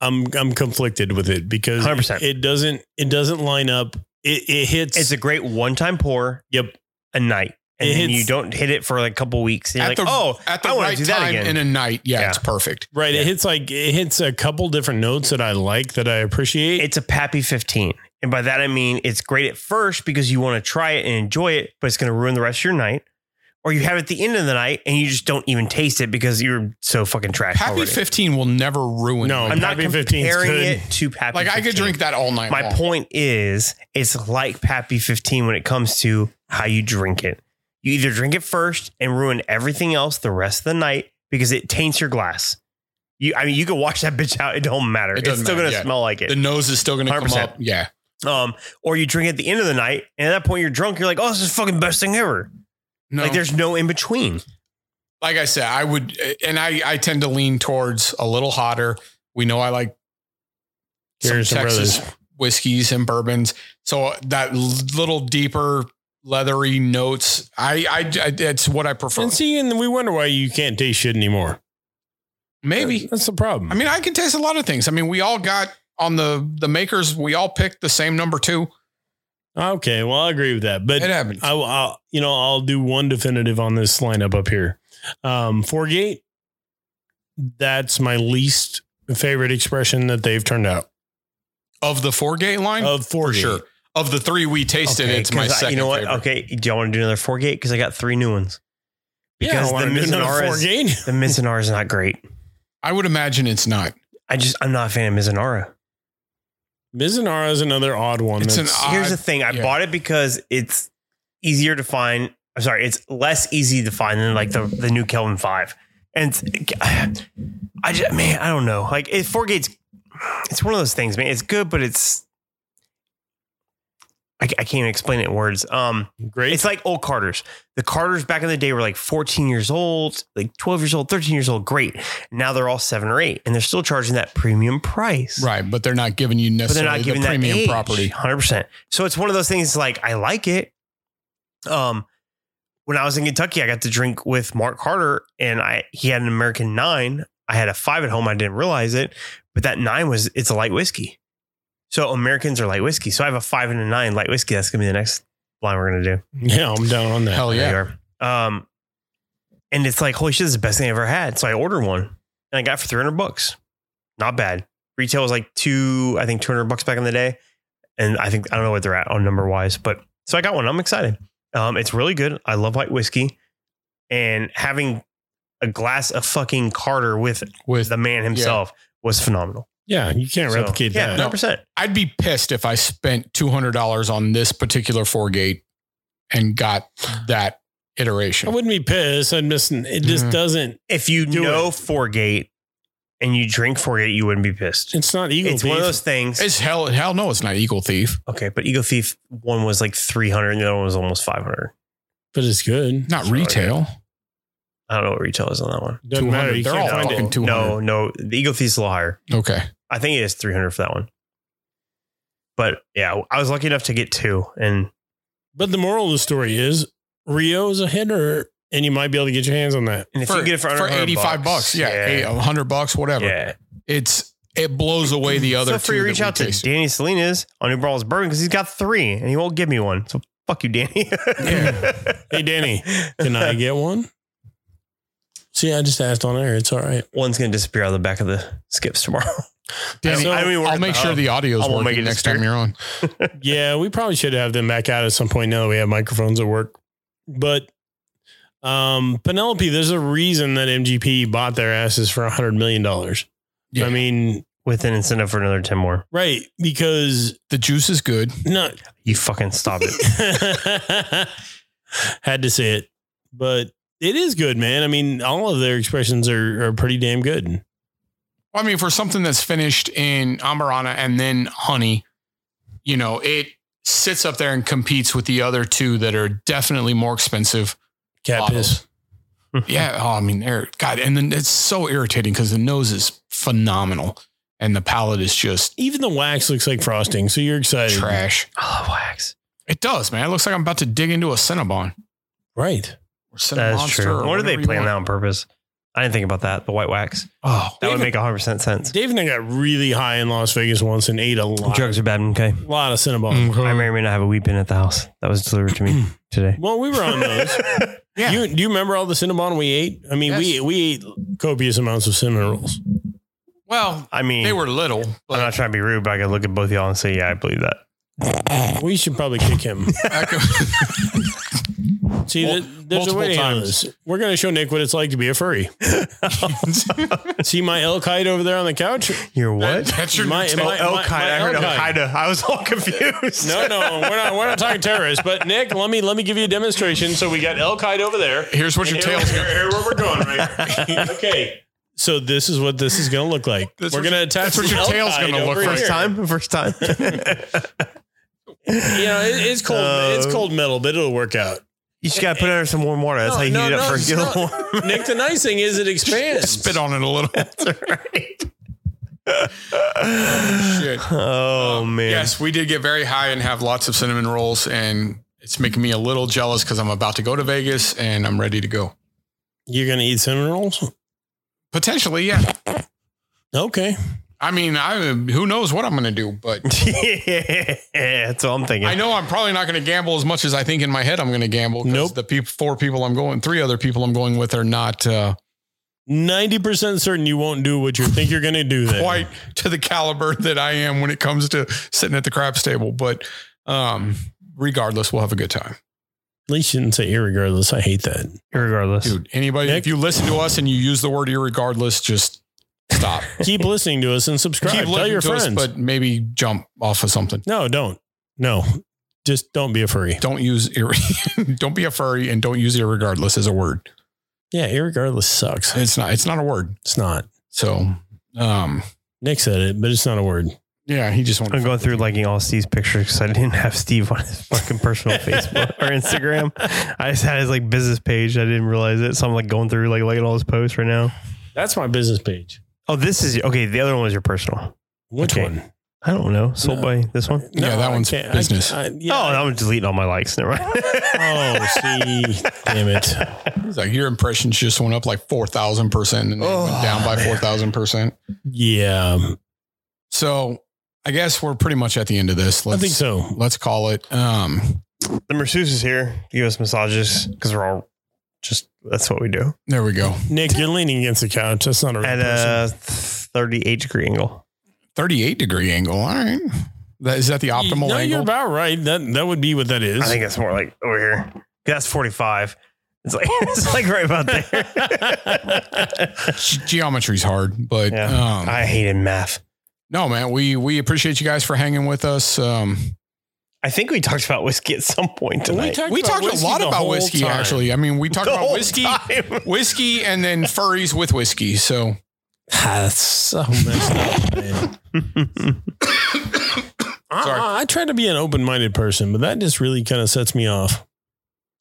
Speaker 1: I'm I'm conflicted with it because
Speaker 3: 100%.
Speaker 1: it doesn't it doesn't line up. It it hits
Speaker 3: it's a great one time pour
Speaker 1: yep.
Speaker 3: a night. And
Speaker 1: It
Speaker 3: then you
Speaker 1: hits-
Speaker 3: don't hit it for like a couple weeks. And you're
Speaker 2: At
Speaker 3: like, oh,
Speaker 2: At the
Speaker 3: I wanna
Speaker 2: right
Speaker 3: do that
Speaker 2: time
Speaker 3: again.
Speaker 2: in a night, yeah,
Speaker 3: Yeah.
Speaker 2: it's perfect.
Speaker 1: Right.
Speaker 3: Yeah.
Speaker 1: It hits like it hits a couple different notes that I like that I appreciate.
Speaker 3: it's a Pappy 15. And by that I mean it's great at first because you want to try it and enjoy it, but it's going to ruin the rest of your night. or you have it at the end of the night and you just don't even taste it because you're so fucking trash.
Speaker 2: Happy
Speaker 3: already.
Speaker 2: 15 will never ruin
Speaker 1: No,
Speaker 2: me.
Speaker 3: I'm not
Speaker 1: Happy 15 's
Speaker 3: comparing
Speaker 1: good.
Speaker 3: it to Pappy.
Speaker 2: Like I could
Speaker 3: 15.
Speaker 2: drink that all night.
Speaker 3: My
Speaker 2: long.
Speaker 3: point is, it's like Pappy 15 when it comes to how you drink it. You either drink it first and ruin everything else the rest of the night because it taints your glass. You, I mean, you can wash that bitch out. It don't matter.
Speaker 2: It
Speaker 3: it's
Speaker 2: doesn't
Speaker 3: still
Speaker 2: matter,
Speaker 3: gonna
Speaker 2: yeah.
Speaker 3: smell like
Speaker 2: The
Speaker 3: it.
Speaker 2: nose is still going to come
Speaker 3: 100%.
Speaker 2: up. Yeah.
Speaker 3: Um, or you drink it at the end of the night, and at that point you're drunk. You're like, oh, this is the fucking best thing ever.
Speaker 2: No.
Speaker 3: Like, there's no in between.
Speaker 2: like I said, I would, and I, I tend to lean towards a little hotter. We know I like
Speaker 1: Here's some
Speaker 2: Texas
Speaker 1: brothers.
Speaker 2: whiskeys and bourbons, so uh, that little deeper leathery notes, I, I, I that's what I prefer.
Speaker 1: And see, and we wonder why you can't taste shit anymore.
Speaker 2: Maybe
Speaker 1: That's the problem.
Speaker 2: I mean I can taste a lot of things. I mean we all got on the the makers, we all picked the same number two.
Speaker 1: okay, well, I agree with that. But
Speaker 2: It happens.
Speaker 1: I, will- I'll, you know, I'll do one definitive on this lineup up here. Um, Forgate, that's my least favorite expression that they've turned out
Speaker 2: of the four gate line
Speaker 1: of
Speaker 2: for
Speaker 1: Forgate.
Speaker 2: sure. Of the three we tasted,
Speaker 3: Okay,
Speaker 2: it's my
Speaker 3: 'cause I-
Speaker 2: second.
Speaker 3: You know what?
Speaker 2: favorite.
Speaker 3: Okay, do y'all want to do another four gate? Because I got three new ones.
Speaker 1: Yeah, I
Speaker 3: Because
Speaker 1: don't wanna
Speaker 3: the
Speaker 1: do another
Speaker 3: Mizunara is-
Speaker 1: Forgate.
Speaker 3: The Mizunara is not great.
Speaker 2: I would imagine it's not.
Speaker 3: I just I'm not a fan of Mizunara.
Speaker 1: Mizunara is another odd one.
Speaker 2: It's an
Speaker 1: That's-
Speaker 2: odd-
Speaker 3: Here's
Speaker 2: I-
Speaker 3: the thing: I
Speaker 2: yeah.
Speaker 3: bought it because it's easier to find. I'm sorry, it's less easy to find than like the the new Kelvin Five. And it's- I just man, I don't know. Like it, Four Gates, it's one of those things, man. It's good, but it's I, I can't even explain it in words. Um,
Speaker 1: great.
Speaker 3: It's like old Carters. The Carters back in the day were like 14 years old, like 12 years old, 13 years old. Great. Now they're all seven or eight, and they're still charging that premium price.
Speaker 2: Right, but they're not giving you
Speaker 3: But they're
Speaker 2: necessarily
Speaker 3: not giving
Speaker 2: the
Speaker 3: that
Speaker 2: premium
Speaker 3: age,
Speaker 2: property.
Speaker 3: 100%. So it's one of those things like, I like it. Um, when I was in Kentucky, I got to drink with Mark Carter, and I he had an American nine. I had a five at home. I didn't realize it, but that nine was it's a light whiskey. So Americans are light whiskey. So I have a five and a nine light whiskey. That's gonna be the next line we're gonna do.
Speaker 1: yeah, I'm down on that.
Speaker 2: Hell Oh, yeah.
Speaker 3: There you are. Um, and it's like, holy shit, this is the best thing I ever had. So I ordered one and I got it for 300 bucks. Not bad. Retail was like two, I think 200 bucks back in the day. And I think, I don't know what they're at on number wise, but so I got one. I'm excited. Um, it's really good. I love white whiskey and having a glass of fucking Carter with
Speaker 2: With
Speaker 3: the man himself was phenomenal.
Speaker 1: Yeah, you can't
Speaker 3: So,
Speaker 1: replicate
Speaker 3: yeah,
Speaker 1: that.
Speaker 2: No.
Speaker 3: 100%.
Speaker 2: I'd be pissed if I spent two hundred dollars on this particular four gate and got that
Speaker 1: I
Speaker 2: iteration.
Speaker 1: wouldn't be pissed. I'd miss. It just
Speaker 2: Mhm.
Speaker 1: doesn't.
Speaker 3: If you
Speaker 1: Do
Speaker 3: know
Speaker 1: it.
Speaker 3: Fourgate and you drink Fourgate, you wouldn't be pissed.
Speaker 1: It's not eagle.
Speaker 3: It's one of
Speaker 1: Beef.
Speaker 3: those things.
Speaker 2: It's hell, hell no, it's not Eagle Thief.
Speaker 3: Okay, but Eagle Thief one was like three hundred, and the other one was almost five hundred.
Speaker 1: but it's good.
Speaker 2: Not
Speaker 3: Sorry.
Speaker 2: retail.
Speaker 3: I don't know what retail is on that one.
Speaker 1: Doesn't matter.
Speaker 2: 200.
Speaker 1: You
Speaker 2: They're
Speaker 1: can't
Speaker 2: all
Speaker 1: find
Speaker 2: fucking
Speaker 1: it.
Speaker 2: two- 200.
Speaker 3: No, no, the Eagle Thief's a little higher.
Speaker 2: Okay,
Speaker 3: I think it is three hundred for that one. But yeah, I was lucky enough to get two, and
Speaker 1: But the moral of the story is Rio's a hitter, and you might be able to get your hands on that.
Speaker 3: and if you get it for, under 100
Speaker 2: eighty-five bucks, yeah, eight- a hundred bucks, whatever.
Speaker 3: yeah.
Speaker 2: It's it blows away the other.
Speaker 3: so free
Speaker 2: two
Speaker 3: reach
Speaker 2: that we
Speaker 3: out to
Speaker 2: tasted.
Speaker 3: Danny Salinas on New Brawl's Bourbon because he's got three, and he won't give me one. So fuck you, Danny.
Speaker 1: Hey, Danny, can I get one? See, I just asked on air. It's all right.
Speaker 3: One's gonna disappear out of the back of the skips tomorrow.
Speaker 2: Danny,
Speaker 1: So-
Speaker 3: I mean, we're
Speaker 2: I'll make sure the audio's
Speaker 3: I
Speaker 2: working
Speaker 3: won't make it
Speaker 2: next
Speaker 3: disappear.
Speaker 2: time you're on.
Speaker 1: Yeah, we probably should have them back out at some point now that we have microphones at work. But um, Penelope, there's a reason that MGP bought their asses for $100 million.
Speaker 2: Yeah.
Speaker 1: I mean,
Speaker 3: with an incentive for another ten more.
Speaker 1: right. Because
Speaker 2: The juice is good.
Speaker 1: no,
Speaker 3: You fucking stop it.
Speaker 1: Had to say it, but it is good, man. I mean, all of their expressions are, are pretty damn good.
Speaker 2: I mean, for something that's finished in Amarana and then honey, you know, it sits up there and competes with the other two that are definitely more expensive.
Speaker 1: Cat piss.
Speaker 2: bottles. yeah. Oh, I mean, they're God, and then it's so irritating because the nose is phenomenal and the palate is just
Speaker 1: Even the wax looks like frosting, so you're excited,
Speaker 2: trash.
Speaker 3: I love Oh, wax.
Speaker 2: It does, man. It looks like I'm about to dig into a Cinnabon
Speaker 1: right?
Speaker 2: or Cinnamonster.
Speaker 3: That's true.
Speaker 2: or
Speaker 3: What are
Speaker 2: whatever
Speaker 3: they
Speaker 2: you
Speaker 3: playing
Speaker 2: want.
Speaker 3: that on purpose? I didn't think about that. The white wax.
Speaker 2: Oh,
Speaker 3: That would
Speaker 1: Even-
Speaker 3: make 100% sense.
Speaker 1: Dave and I got really high in Las Vegas once and ate a lot,
Speaker 3: Drugs are bad. Okay.
Speaker 1: lot of Cinnabon.
Speaker 2: Mhm.
Speaker 3: I married me and I have a weed bin at the house. That was delivered to me today.
Speaker 1: Well, we were on those.
Speaker 2: Mm. Yeah.
Speaker 1: You, do you remember all the Cinnabon we ate? I mean, we
Speaker 2: Yes.
Speaker 1: we ate copious amounts of cinnamon rolls.
Speaker 2: well,
Speaker 3: I mean,
Speaker 2: they were little,
Speaker 3: I'm not
Speaker 2: but
Speaker 3: trying to be rude, but I could look at both y'all and say, yeah, I believe that.
Speaker 1: We should probably kick him.
Speaker 2: I could-
Speaker 1: See,
Speaker 2: Mul-
Speaker 1: th- there's a
Speaker 2: multiple
Speaker 1: way to handle
Speaker 2: times.
Speaker 1: this. We're going to show Nick what it's like to be a furry. See my elk hide over there on the couch?
Speaker 3: You're
Speaker 2: That-
Speaker 3: what?
Speaker 2: that's your
Speaker 1: My-
Speaker 2: new
Speaker 1: my-
Speaker 2: tag.
Speaker 3: Oh,
Speaker 1: my
Speaker 3: kind. I heard
Speaker 1: elk hide.
Speaker 3: Al-Qaeda. I was all confused.
Speaker 1: No, no, we're not. We're not talking terrorists. But Nick, let me let me give you a demonstration. So we got elk hide over there.
Speaker 2: Here's what your
Speaker 1: And
Speaker 2: tail's
Speaker 1: here,
Speaker 2: gonna.
Speaker 1: here, where we're going right here. okay. So this is what this is going to look like.
Speaker 2: That's
Speaker 1: we're
Speaker 2: what
Speaker 1: going to
Speaker 2: your-
Speaker 1: attach.
Speaker 2: that's what
Speaker 1: the
Speaker 2: your
Speaker 1: elk
Speaker 2: tail's
Speaker 1: hide
Speaker 2: gonna look
Speaker 1: over
Speaker 2: like.
Speaker 1: here.
Speaker 3: First time. First time.
Speaker 1: You know, it, it's cold. it's
Speaker 2: Uh,
Speaker 1: cold metal, but it'll work out.
Speaker 3: you just gotta put it under some warm water. That's
Speaker 1: No,
Speaker 3: how you
Speaker 1: no,
Speaker 3: heat it up
Speaker 1: no,
Speaker 3: first. Get a
Speaker 1: it's
Speaker 3: little
Speaker 1: not-
Speaker 3: warm.
Speaker 1: Nick, the nice thing is it expands.
Speaker 2: Spit on it a little.
Speaker 3: right.
Speaker 2: Shit.
Speaker 3: Oh man.
Speaker 2: Yes, we did get very high and have lots of cinnamon rolls, and it's making me a little jealous because I'm about to go to Vegas and I'm ready to go.
Speaker 1: You're going to eat cinnamon rolls?
Speaker 2: Potentially, yeah.
Speaker 1: Okay.
Speaker 2: I mean, I who knows what I'm going to do, but
Speaker 3: yeah, that's all I'm thinking.
Speaker 2: I know I'm probably not going to gamble as much as I think in my head I'm going to gamble. 'cause
Speaker 1: Nope.
Speaker 2: The peop four people I'm going, three other people I'm going with are not uh,
Speaker 1: 90% certain you won't do what you think you're going to do there.
Speaker 2: quite to the caliber that I am when it comes to sitting at the craps table. But um, regardless, we'll have a good time,
Speaker 1: At least you didn't say irregardless. I hate that.
Speaker 3: Regardless,
Speaker 2: dude. Anybody,
Speaker 1: Nick?
Speaker 2: if you listen to us and you use the word irregardless, just stop.
Speaker 1: Keep listening to us and subscribe.
Speaker 2: Keep
Speaker 1: Tell
Speaker 2: looking
Speaker 1: your
Speaker 2: to us,
Speaker 1: friends.
Speaker 2: but maybe jump off of something.
Speaker 1: no, don't. No. Just don't be a furry.
Speaker 2: Don't use ir- don't be a furry and don't use irregardless as a word.
Speaker 1: Yeah, irregardless sucks.
Speaker 2: It's not it's not a word.
Speaker 1: It's not.
Speaker 2: So um
Speaker 1: Nick said it, but it's not a word.
Speaker 2: yeah, he just wanted
Speaker 3: I'm
Speaker 2: to
Speaker 3: going through liking all Steve's pictures because I didn't have Steve on his fucking personal Facebook or Instagram. I just had his like business page. I didn't realize it, so I'm like going through like looking at all his posts right now.
Speaker 1: That's my business page.
Speaker 3: Oh, this is okay. The other one was your personal.
Speaker 1: Which
Speaker 3: Okay.
Speaker 1: one?
Speaker 3: I don't know. Sold by this one.
Speaker 2: Yeah, that one's
Speaker 1: can't-
Speaker 2: business.
Speaker 1: I, I,
Speaker 3: Oh,
Speaker 1: yeah.
Speaker 3: I'm deleting all my likes. Never mind.
Speaker 1: Oh, see. Damn it.
Speaker 2: He's like your impressions just went up like four thousand percent and then
Speaker 3: Oh,
Speaker 2: went down by
Speaker 3: man.
Speaker 2: four thousand percent.
Speaker 1: Yeah.
Speaker 2: So I guess we're pretty much at the end of this.
Speaker 1: I
Speaker 2: Let's
Speaker 1: think so.
Speaker 2: let's call it. Um
Speaker 3: the masseuse is here to give us massages because we're all just that's what we do
Speaker 2: there we go.
Speaker 1: Nick, you're leaning against the couch. That's not a real
Speaker 3: at
Speaker 1: person.
Speaker 3: a 38 degree angle.
Speaker 2: Thirty eight degree angle. All right. That is that the
Speaker 1: no,
Speaker 2: optimal
Speaker 1: You're
Speaker 2: angle?
Speaker 1: about right. That that would be what that is.
Speaker 3: I think it's more like over here. That's 45. It's like it's like right about there.
Speaker 2: Geometry's hard, but
Speaker 3: Yeah.
Speaker 2: um
Speaker 3: I hated math.
Speaker 2: No, man, we we appreciate you guys for hanging with us. Um,
Speaker 3: I think we talked about whiskey at some point
Speaker 1: We
Speaker 3: tonight.
Speaker 1: talked,
Speaker 2: we
Speaker 1: about
Speaker 2: talked a
Speaker 1: whiskey
Speaker 2: lot
Speaker 1: the
Speaker 2: about
Speaker 1: whole
Speaker 2: whiskey,
Speaker 1: time.
Speaker 2: actually. I mean, we talked
Speaker 3: The
Speaker 2: about
Speaker 3: whole
Speaker 2: whiskey,
Speaker 3: time.
Speaker 2: whiskey, and then furries with whiskey. So
Speaker 1: That's so messed up. man. I-
Speaker 2: Sorry.
Speaker 1: Uh-uh, I, I try to be an open-minded person, but that just really kind of sets me off.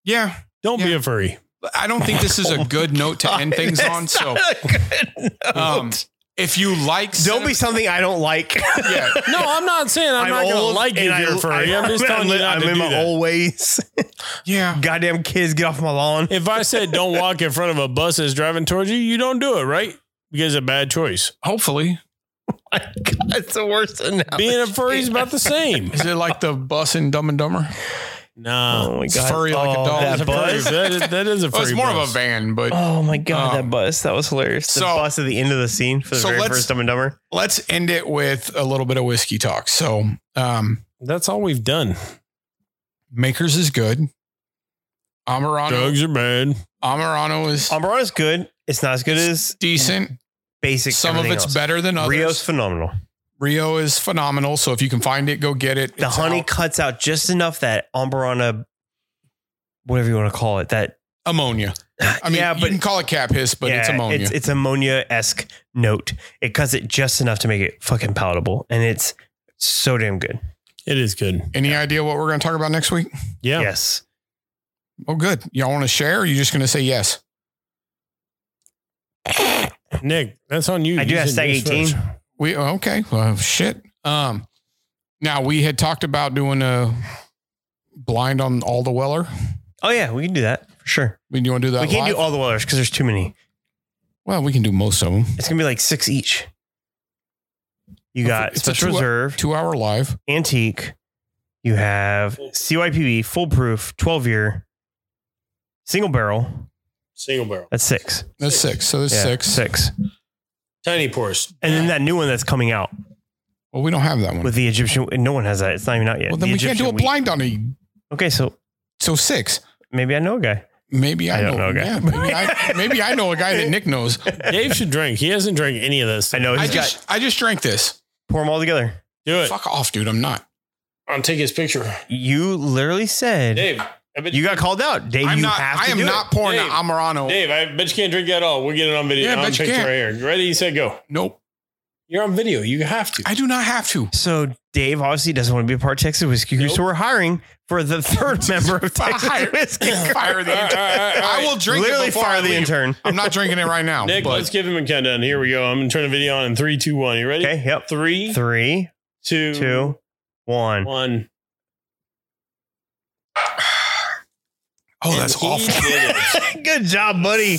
Speaker 2: yeah,
Speaker 1: Don't be
Speaker 2: Yeah.
Speaker 1: a furry.
Speaker 2: I don't think this is a good note to end things
Speaker 3: That's
Speaker 2: on.
Speaker 3: not
Speaker 2: So
Speaker 3: a good note.
Speaker 2: um, if you like,
Speaker 3: don't be
Speaker 2: cinnamon-
Speaker 3: something I don't like.
Speaker 2: yeah,
Speaker 1: No, I'm not saying I'm, not going to like you
Speaker 3: and
Speaker 1: if
Speaker 3: I-
Speaker 1: you're a furry. I'm, just telling you not
Speaker 3: I'm
Speaker 1: to
Speaker 3: in
Speaker 1: do
Speaker 3: my
Speaker 1: that.
Speaker 3: old ways.
Speaker 2: yeah.
Speaker 3: Goddamn kids, get off my lawn.
Speaker 1: If I said don't walk in front of a bus that's driving towards you, you don't do it, right? Because it's a bad choice.
Speaker 2: Hopefully,
Speaker 3: Oh my God, it's the worst analogy.
Speaker 1: Being a furry is about the same.
Speaker 2: is it like the bus in Dumb and Dumber?
Speaker 1: Nah.
Speaker 3: Oh my
Speaker 2: It's
Speaker 3: God.
Speaker 2: furry like a
Speaker 3: oh,
Speaker 2: dog.
Speaker 1: That is
Speaker 3: That
Speaker 1: a furry-
Speaker 3: bus.
Speaker 1: that is- that is a furry.
Speaker 2: Oh, it's more
Speaker 1: bus.
Speaker 2: of a van, but
Speaker 3: Oh my god,
Speaker 2: Um,
Speaker 3: that bus! That was hilarious. The
Speaker 2: so-
Speaker 3: bus at the end of the scene for the
Speaker 2: so
Speaker 3: very
Speaker 2: let's-
Speaker 3: first Dumb and Dumber.
Speaker 2: let's end it with a little bit of whiskey talk. So, um,
Speaker 1: That's all we've done.
Speaker 2: Makers is good. Amarano,
Speaker 1: Drugs are bad.
Speaker 2: Amarano is
Speaker 3: Ambrano's good. Um, It's not as good as
Speaker 2: decent.
Speaker 3: basic.
Speaker 2: Some of it's better than others.
Speaker 3: Rio's phenomenal.
Speaker 2: Rio is phenomenal. So if you can find it, go get it.
Speaker 3: The
Speaker 2: It's
Speaker 3: honey
Speaker 2: out.
Speaker 3: cuts out just enough that Ambrana, whatever you want to call it, that
Speaker 2: ammonia. I mean,
Speaker 3: Uh, Yeah,
Speaker 2: you
Speaker 3: but-
Speaker 2: can call it cap hiss, but it's
Speaker 3: yeah,
Speaker 2: ammonia.
Speaker 3: It's, it's ammonia esque note. It cuts it just enough to make it fucking palatable, and it's so damn good.
Speaker 1: It is good.
Speaker 2: Any idea what we're going to talk about next week?
Speaker 1: Yeah.
Speaker 3: Yes,
Speaker 2: Oh, good. Y'all want to share? Or are you just going to say yes?
Speaker 1: Nick, that's on you.
Speaker 3: I do
Speaker 1: You
Speaker 3: have
Speaker 1: said
Speaker 3: stag
Speaker 1: yes
Speaker 3: eighteen.
Speaker 1: first.
Speaker 2: We oh, okay. Well, shit. Um, now we had talked about doing a blind on all the Weller.
Speaker 3: Oh yeah, we can do that for sure.
Speaker 2: We do you want to do that?
Speaker 3: we can't
Speaker 2: live?
Speaker 3: do all the Wellers because there's too many.
Speaker 2: Well, we can do most of them.
Speaker 3: It's gonna be like six each. You got
Speaker 2: It's a
Speaker 3: special
Speaker 2: two-
Speaker 3: reserve,
Speaker 2: Two hour live.
Speaker 3: antique. You have CYPB, foolproof, twelve year, single barrel.
Speaker 1: Single barrel.
Speaker 3: That's six.
Speaker 2: That's six. So that's
Speaker 3: Yeah,
Speaker 2: six.
Speaker 3: Six.
Speaker 1: Tiny pores.
Speaker 3: And then that new one that's coming out
Speaker 2: Well, we don't have that one.
Speaker 3: with the Egyptian. No one has that. It's not even out yet.
Speaker 2: well, then
Speaker 3: The
Speaker 2: we can't do
Speaker 3: Egyptian
Speaker 2: a
Speaker 3: wheat.
Speaker 2: blind on a.
Speaker 3: Okay, so
Speaker 2: So six.
Speaker 3: Maybe I know a guy.
Speaker 2: Maybe I,
Speaker 3: I don't
Speaker 2: know.
Speaker 3: know a guy.
Speaker 2: Yeah, maybe I, maybe I know a guy that Nick knows.
Speaker 1: Dave should drink. He hasn't drank any of this.
Speaker 3: I know
Speaker 2: I
Speaker 3: he's got.
Speaker 2: just I just drank this.
Speaker 3: Pour them all together.
Speaker 1: Do it.
Speaker 2: Fuck off, dude. I'm not.
Speaker 1: I'll take his picture.
Speaker 3: You literally said
Speaker 1: Dave, I bet
Speaker 3: you got called out, Dave.
Speaker 2: I'm
Speaker 3: you
Speaker 2: not.
Speaker 3: have to
Speaker 2: I am
Speaker 3: do
Speaker 2: not pouring
Speaker 1: Dave.
Speaker 2: the Amarano.
Speaker 1: Dave, I bet you can't drink at all. We'll get it on video.
Speaker 2: Yeah, I
Speaker 1: on
Speaker 2: bet you
Speaker 1: picture
Speaker 2: can't.
Speaker 1: right here. Ready, set, go.
Speaker 2: Nope.
Speaker 1: You're on video. You have to.
Speaker 2: I do not have to.
Speaker 3: It. So Dave obviously doesn't want to be a part of Texas Whiskey Crew,
Speaker 1: Nope.
Speaker 3: so we're hiring for the third member of Texas
Speaker 2: Fire.
Speaker 3: Whiskey Crew.
Speaker 2: Fire the.
Speaker 1: All right, all right, all right.
Speaker 2: I will drink it
Speaker 3: Literally
Speaker 2: before
Speaker 3: fire
Speaker 2: I
Speaker 3: the
Speaker 2: leave.
Speaker 3: intern.
Speaker 2: I'm not drinking it right now.
Speaker 1: Nick,
Speaker 2: but
Speaker 1: let's give him a countdown. Here we go. I'm gonna turn the video on in three, two, one. You ready?
Speaker 3: Okay. Yep.
Speaker 1: Three,
Speaker 3: Three,
Speaker 1: two,
Speaker 3: two, one.
Speaker 1: one.
Speaker 2: oh, that's
Speaker 1: He
Speaker 2: awful.
Speaker 1: did it.
Speaker 3: Good job, buddy.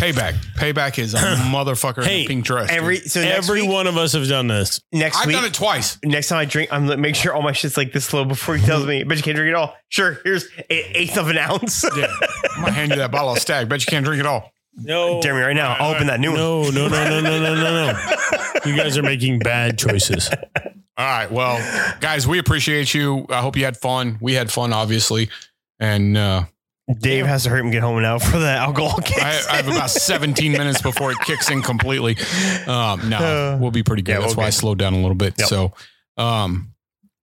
Speaker 2: Payback. Payback is a motherfucker in
Speaker 1: Hey,
Speaker 2: a pink dress. dude.
Speaker 3: Every so next
Speaker 1: Every
Speaker 3: week,
Speaker 1: one of us have done this.
Speaker 3: next
Speaker 2: I've
Speaker 3: week,
Speaker 2: done it twice.
Speaker 3: next time I drink, I'm gonna make sure all my shit's like this low before he tells me. But you can't drink it all. Sure, here's an eighth of an ounce.
Speaker 2: Yeah. I'm gonna hand you that bottle of stag. Bet you can't drink it all.
Speaker 1: No,
Speaker 3: Damn me right now. I'll open that new one.
Speaker 1: no, no, no, no, no, no, no, no. You guys are making bad choices.
Speaker 2: All right. Well, guys, we appreciate you. I hope you had fun. We had fun, obviously. And uh,
Speaker 3: Dave has to hurt him get home now for the alcohol
Speaker 2: I,
Speaker 3: kicks.
Speaker 2: I have about 17 minutes before it kicks in completely. Um, no,
Speaker 3: Uh,
Speaker 2: we'll be pretty good.
Speaker 3: yeah,
Speaker 2: That's
Speaker 3: we'll
Speaker 2: why I
Speaker 3: be-
Speaker 2: slowed down a little bit.
Speaker 3: Yep.
Speaker 2: So um,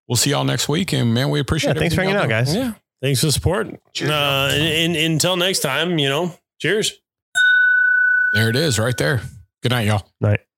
Speaker 2: we'll see y'all next week. And man, we appreciate it.
Speaker 3: Yeah, thanks for hanging out, guys.
Speaker 2: Yeah.
Speaker 1: Thanks for the support.
Speaker 2: Cheers.
Speaker 1: Uh, and, and until next time, you know, cheers.
Speaker 2: There it is right there. Good night, y'all.
Speaker 3: Night.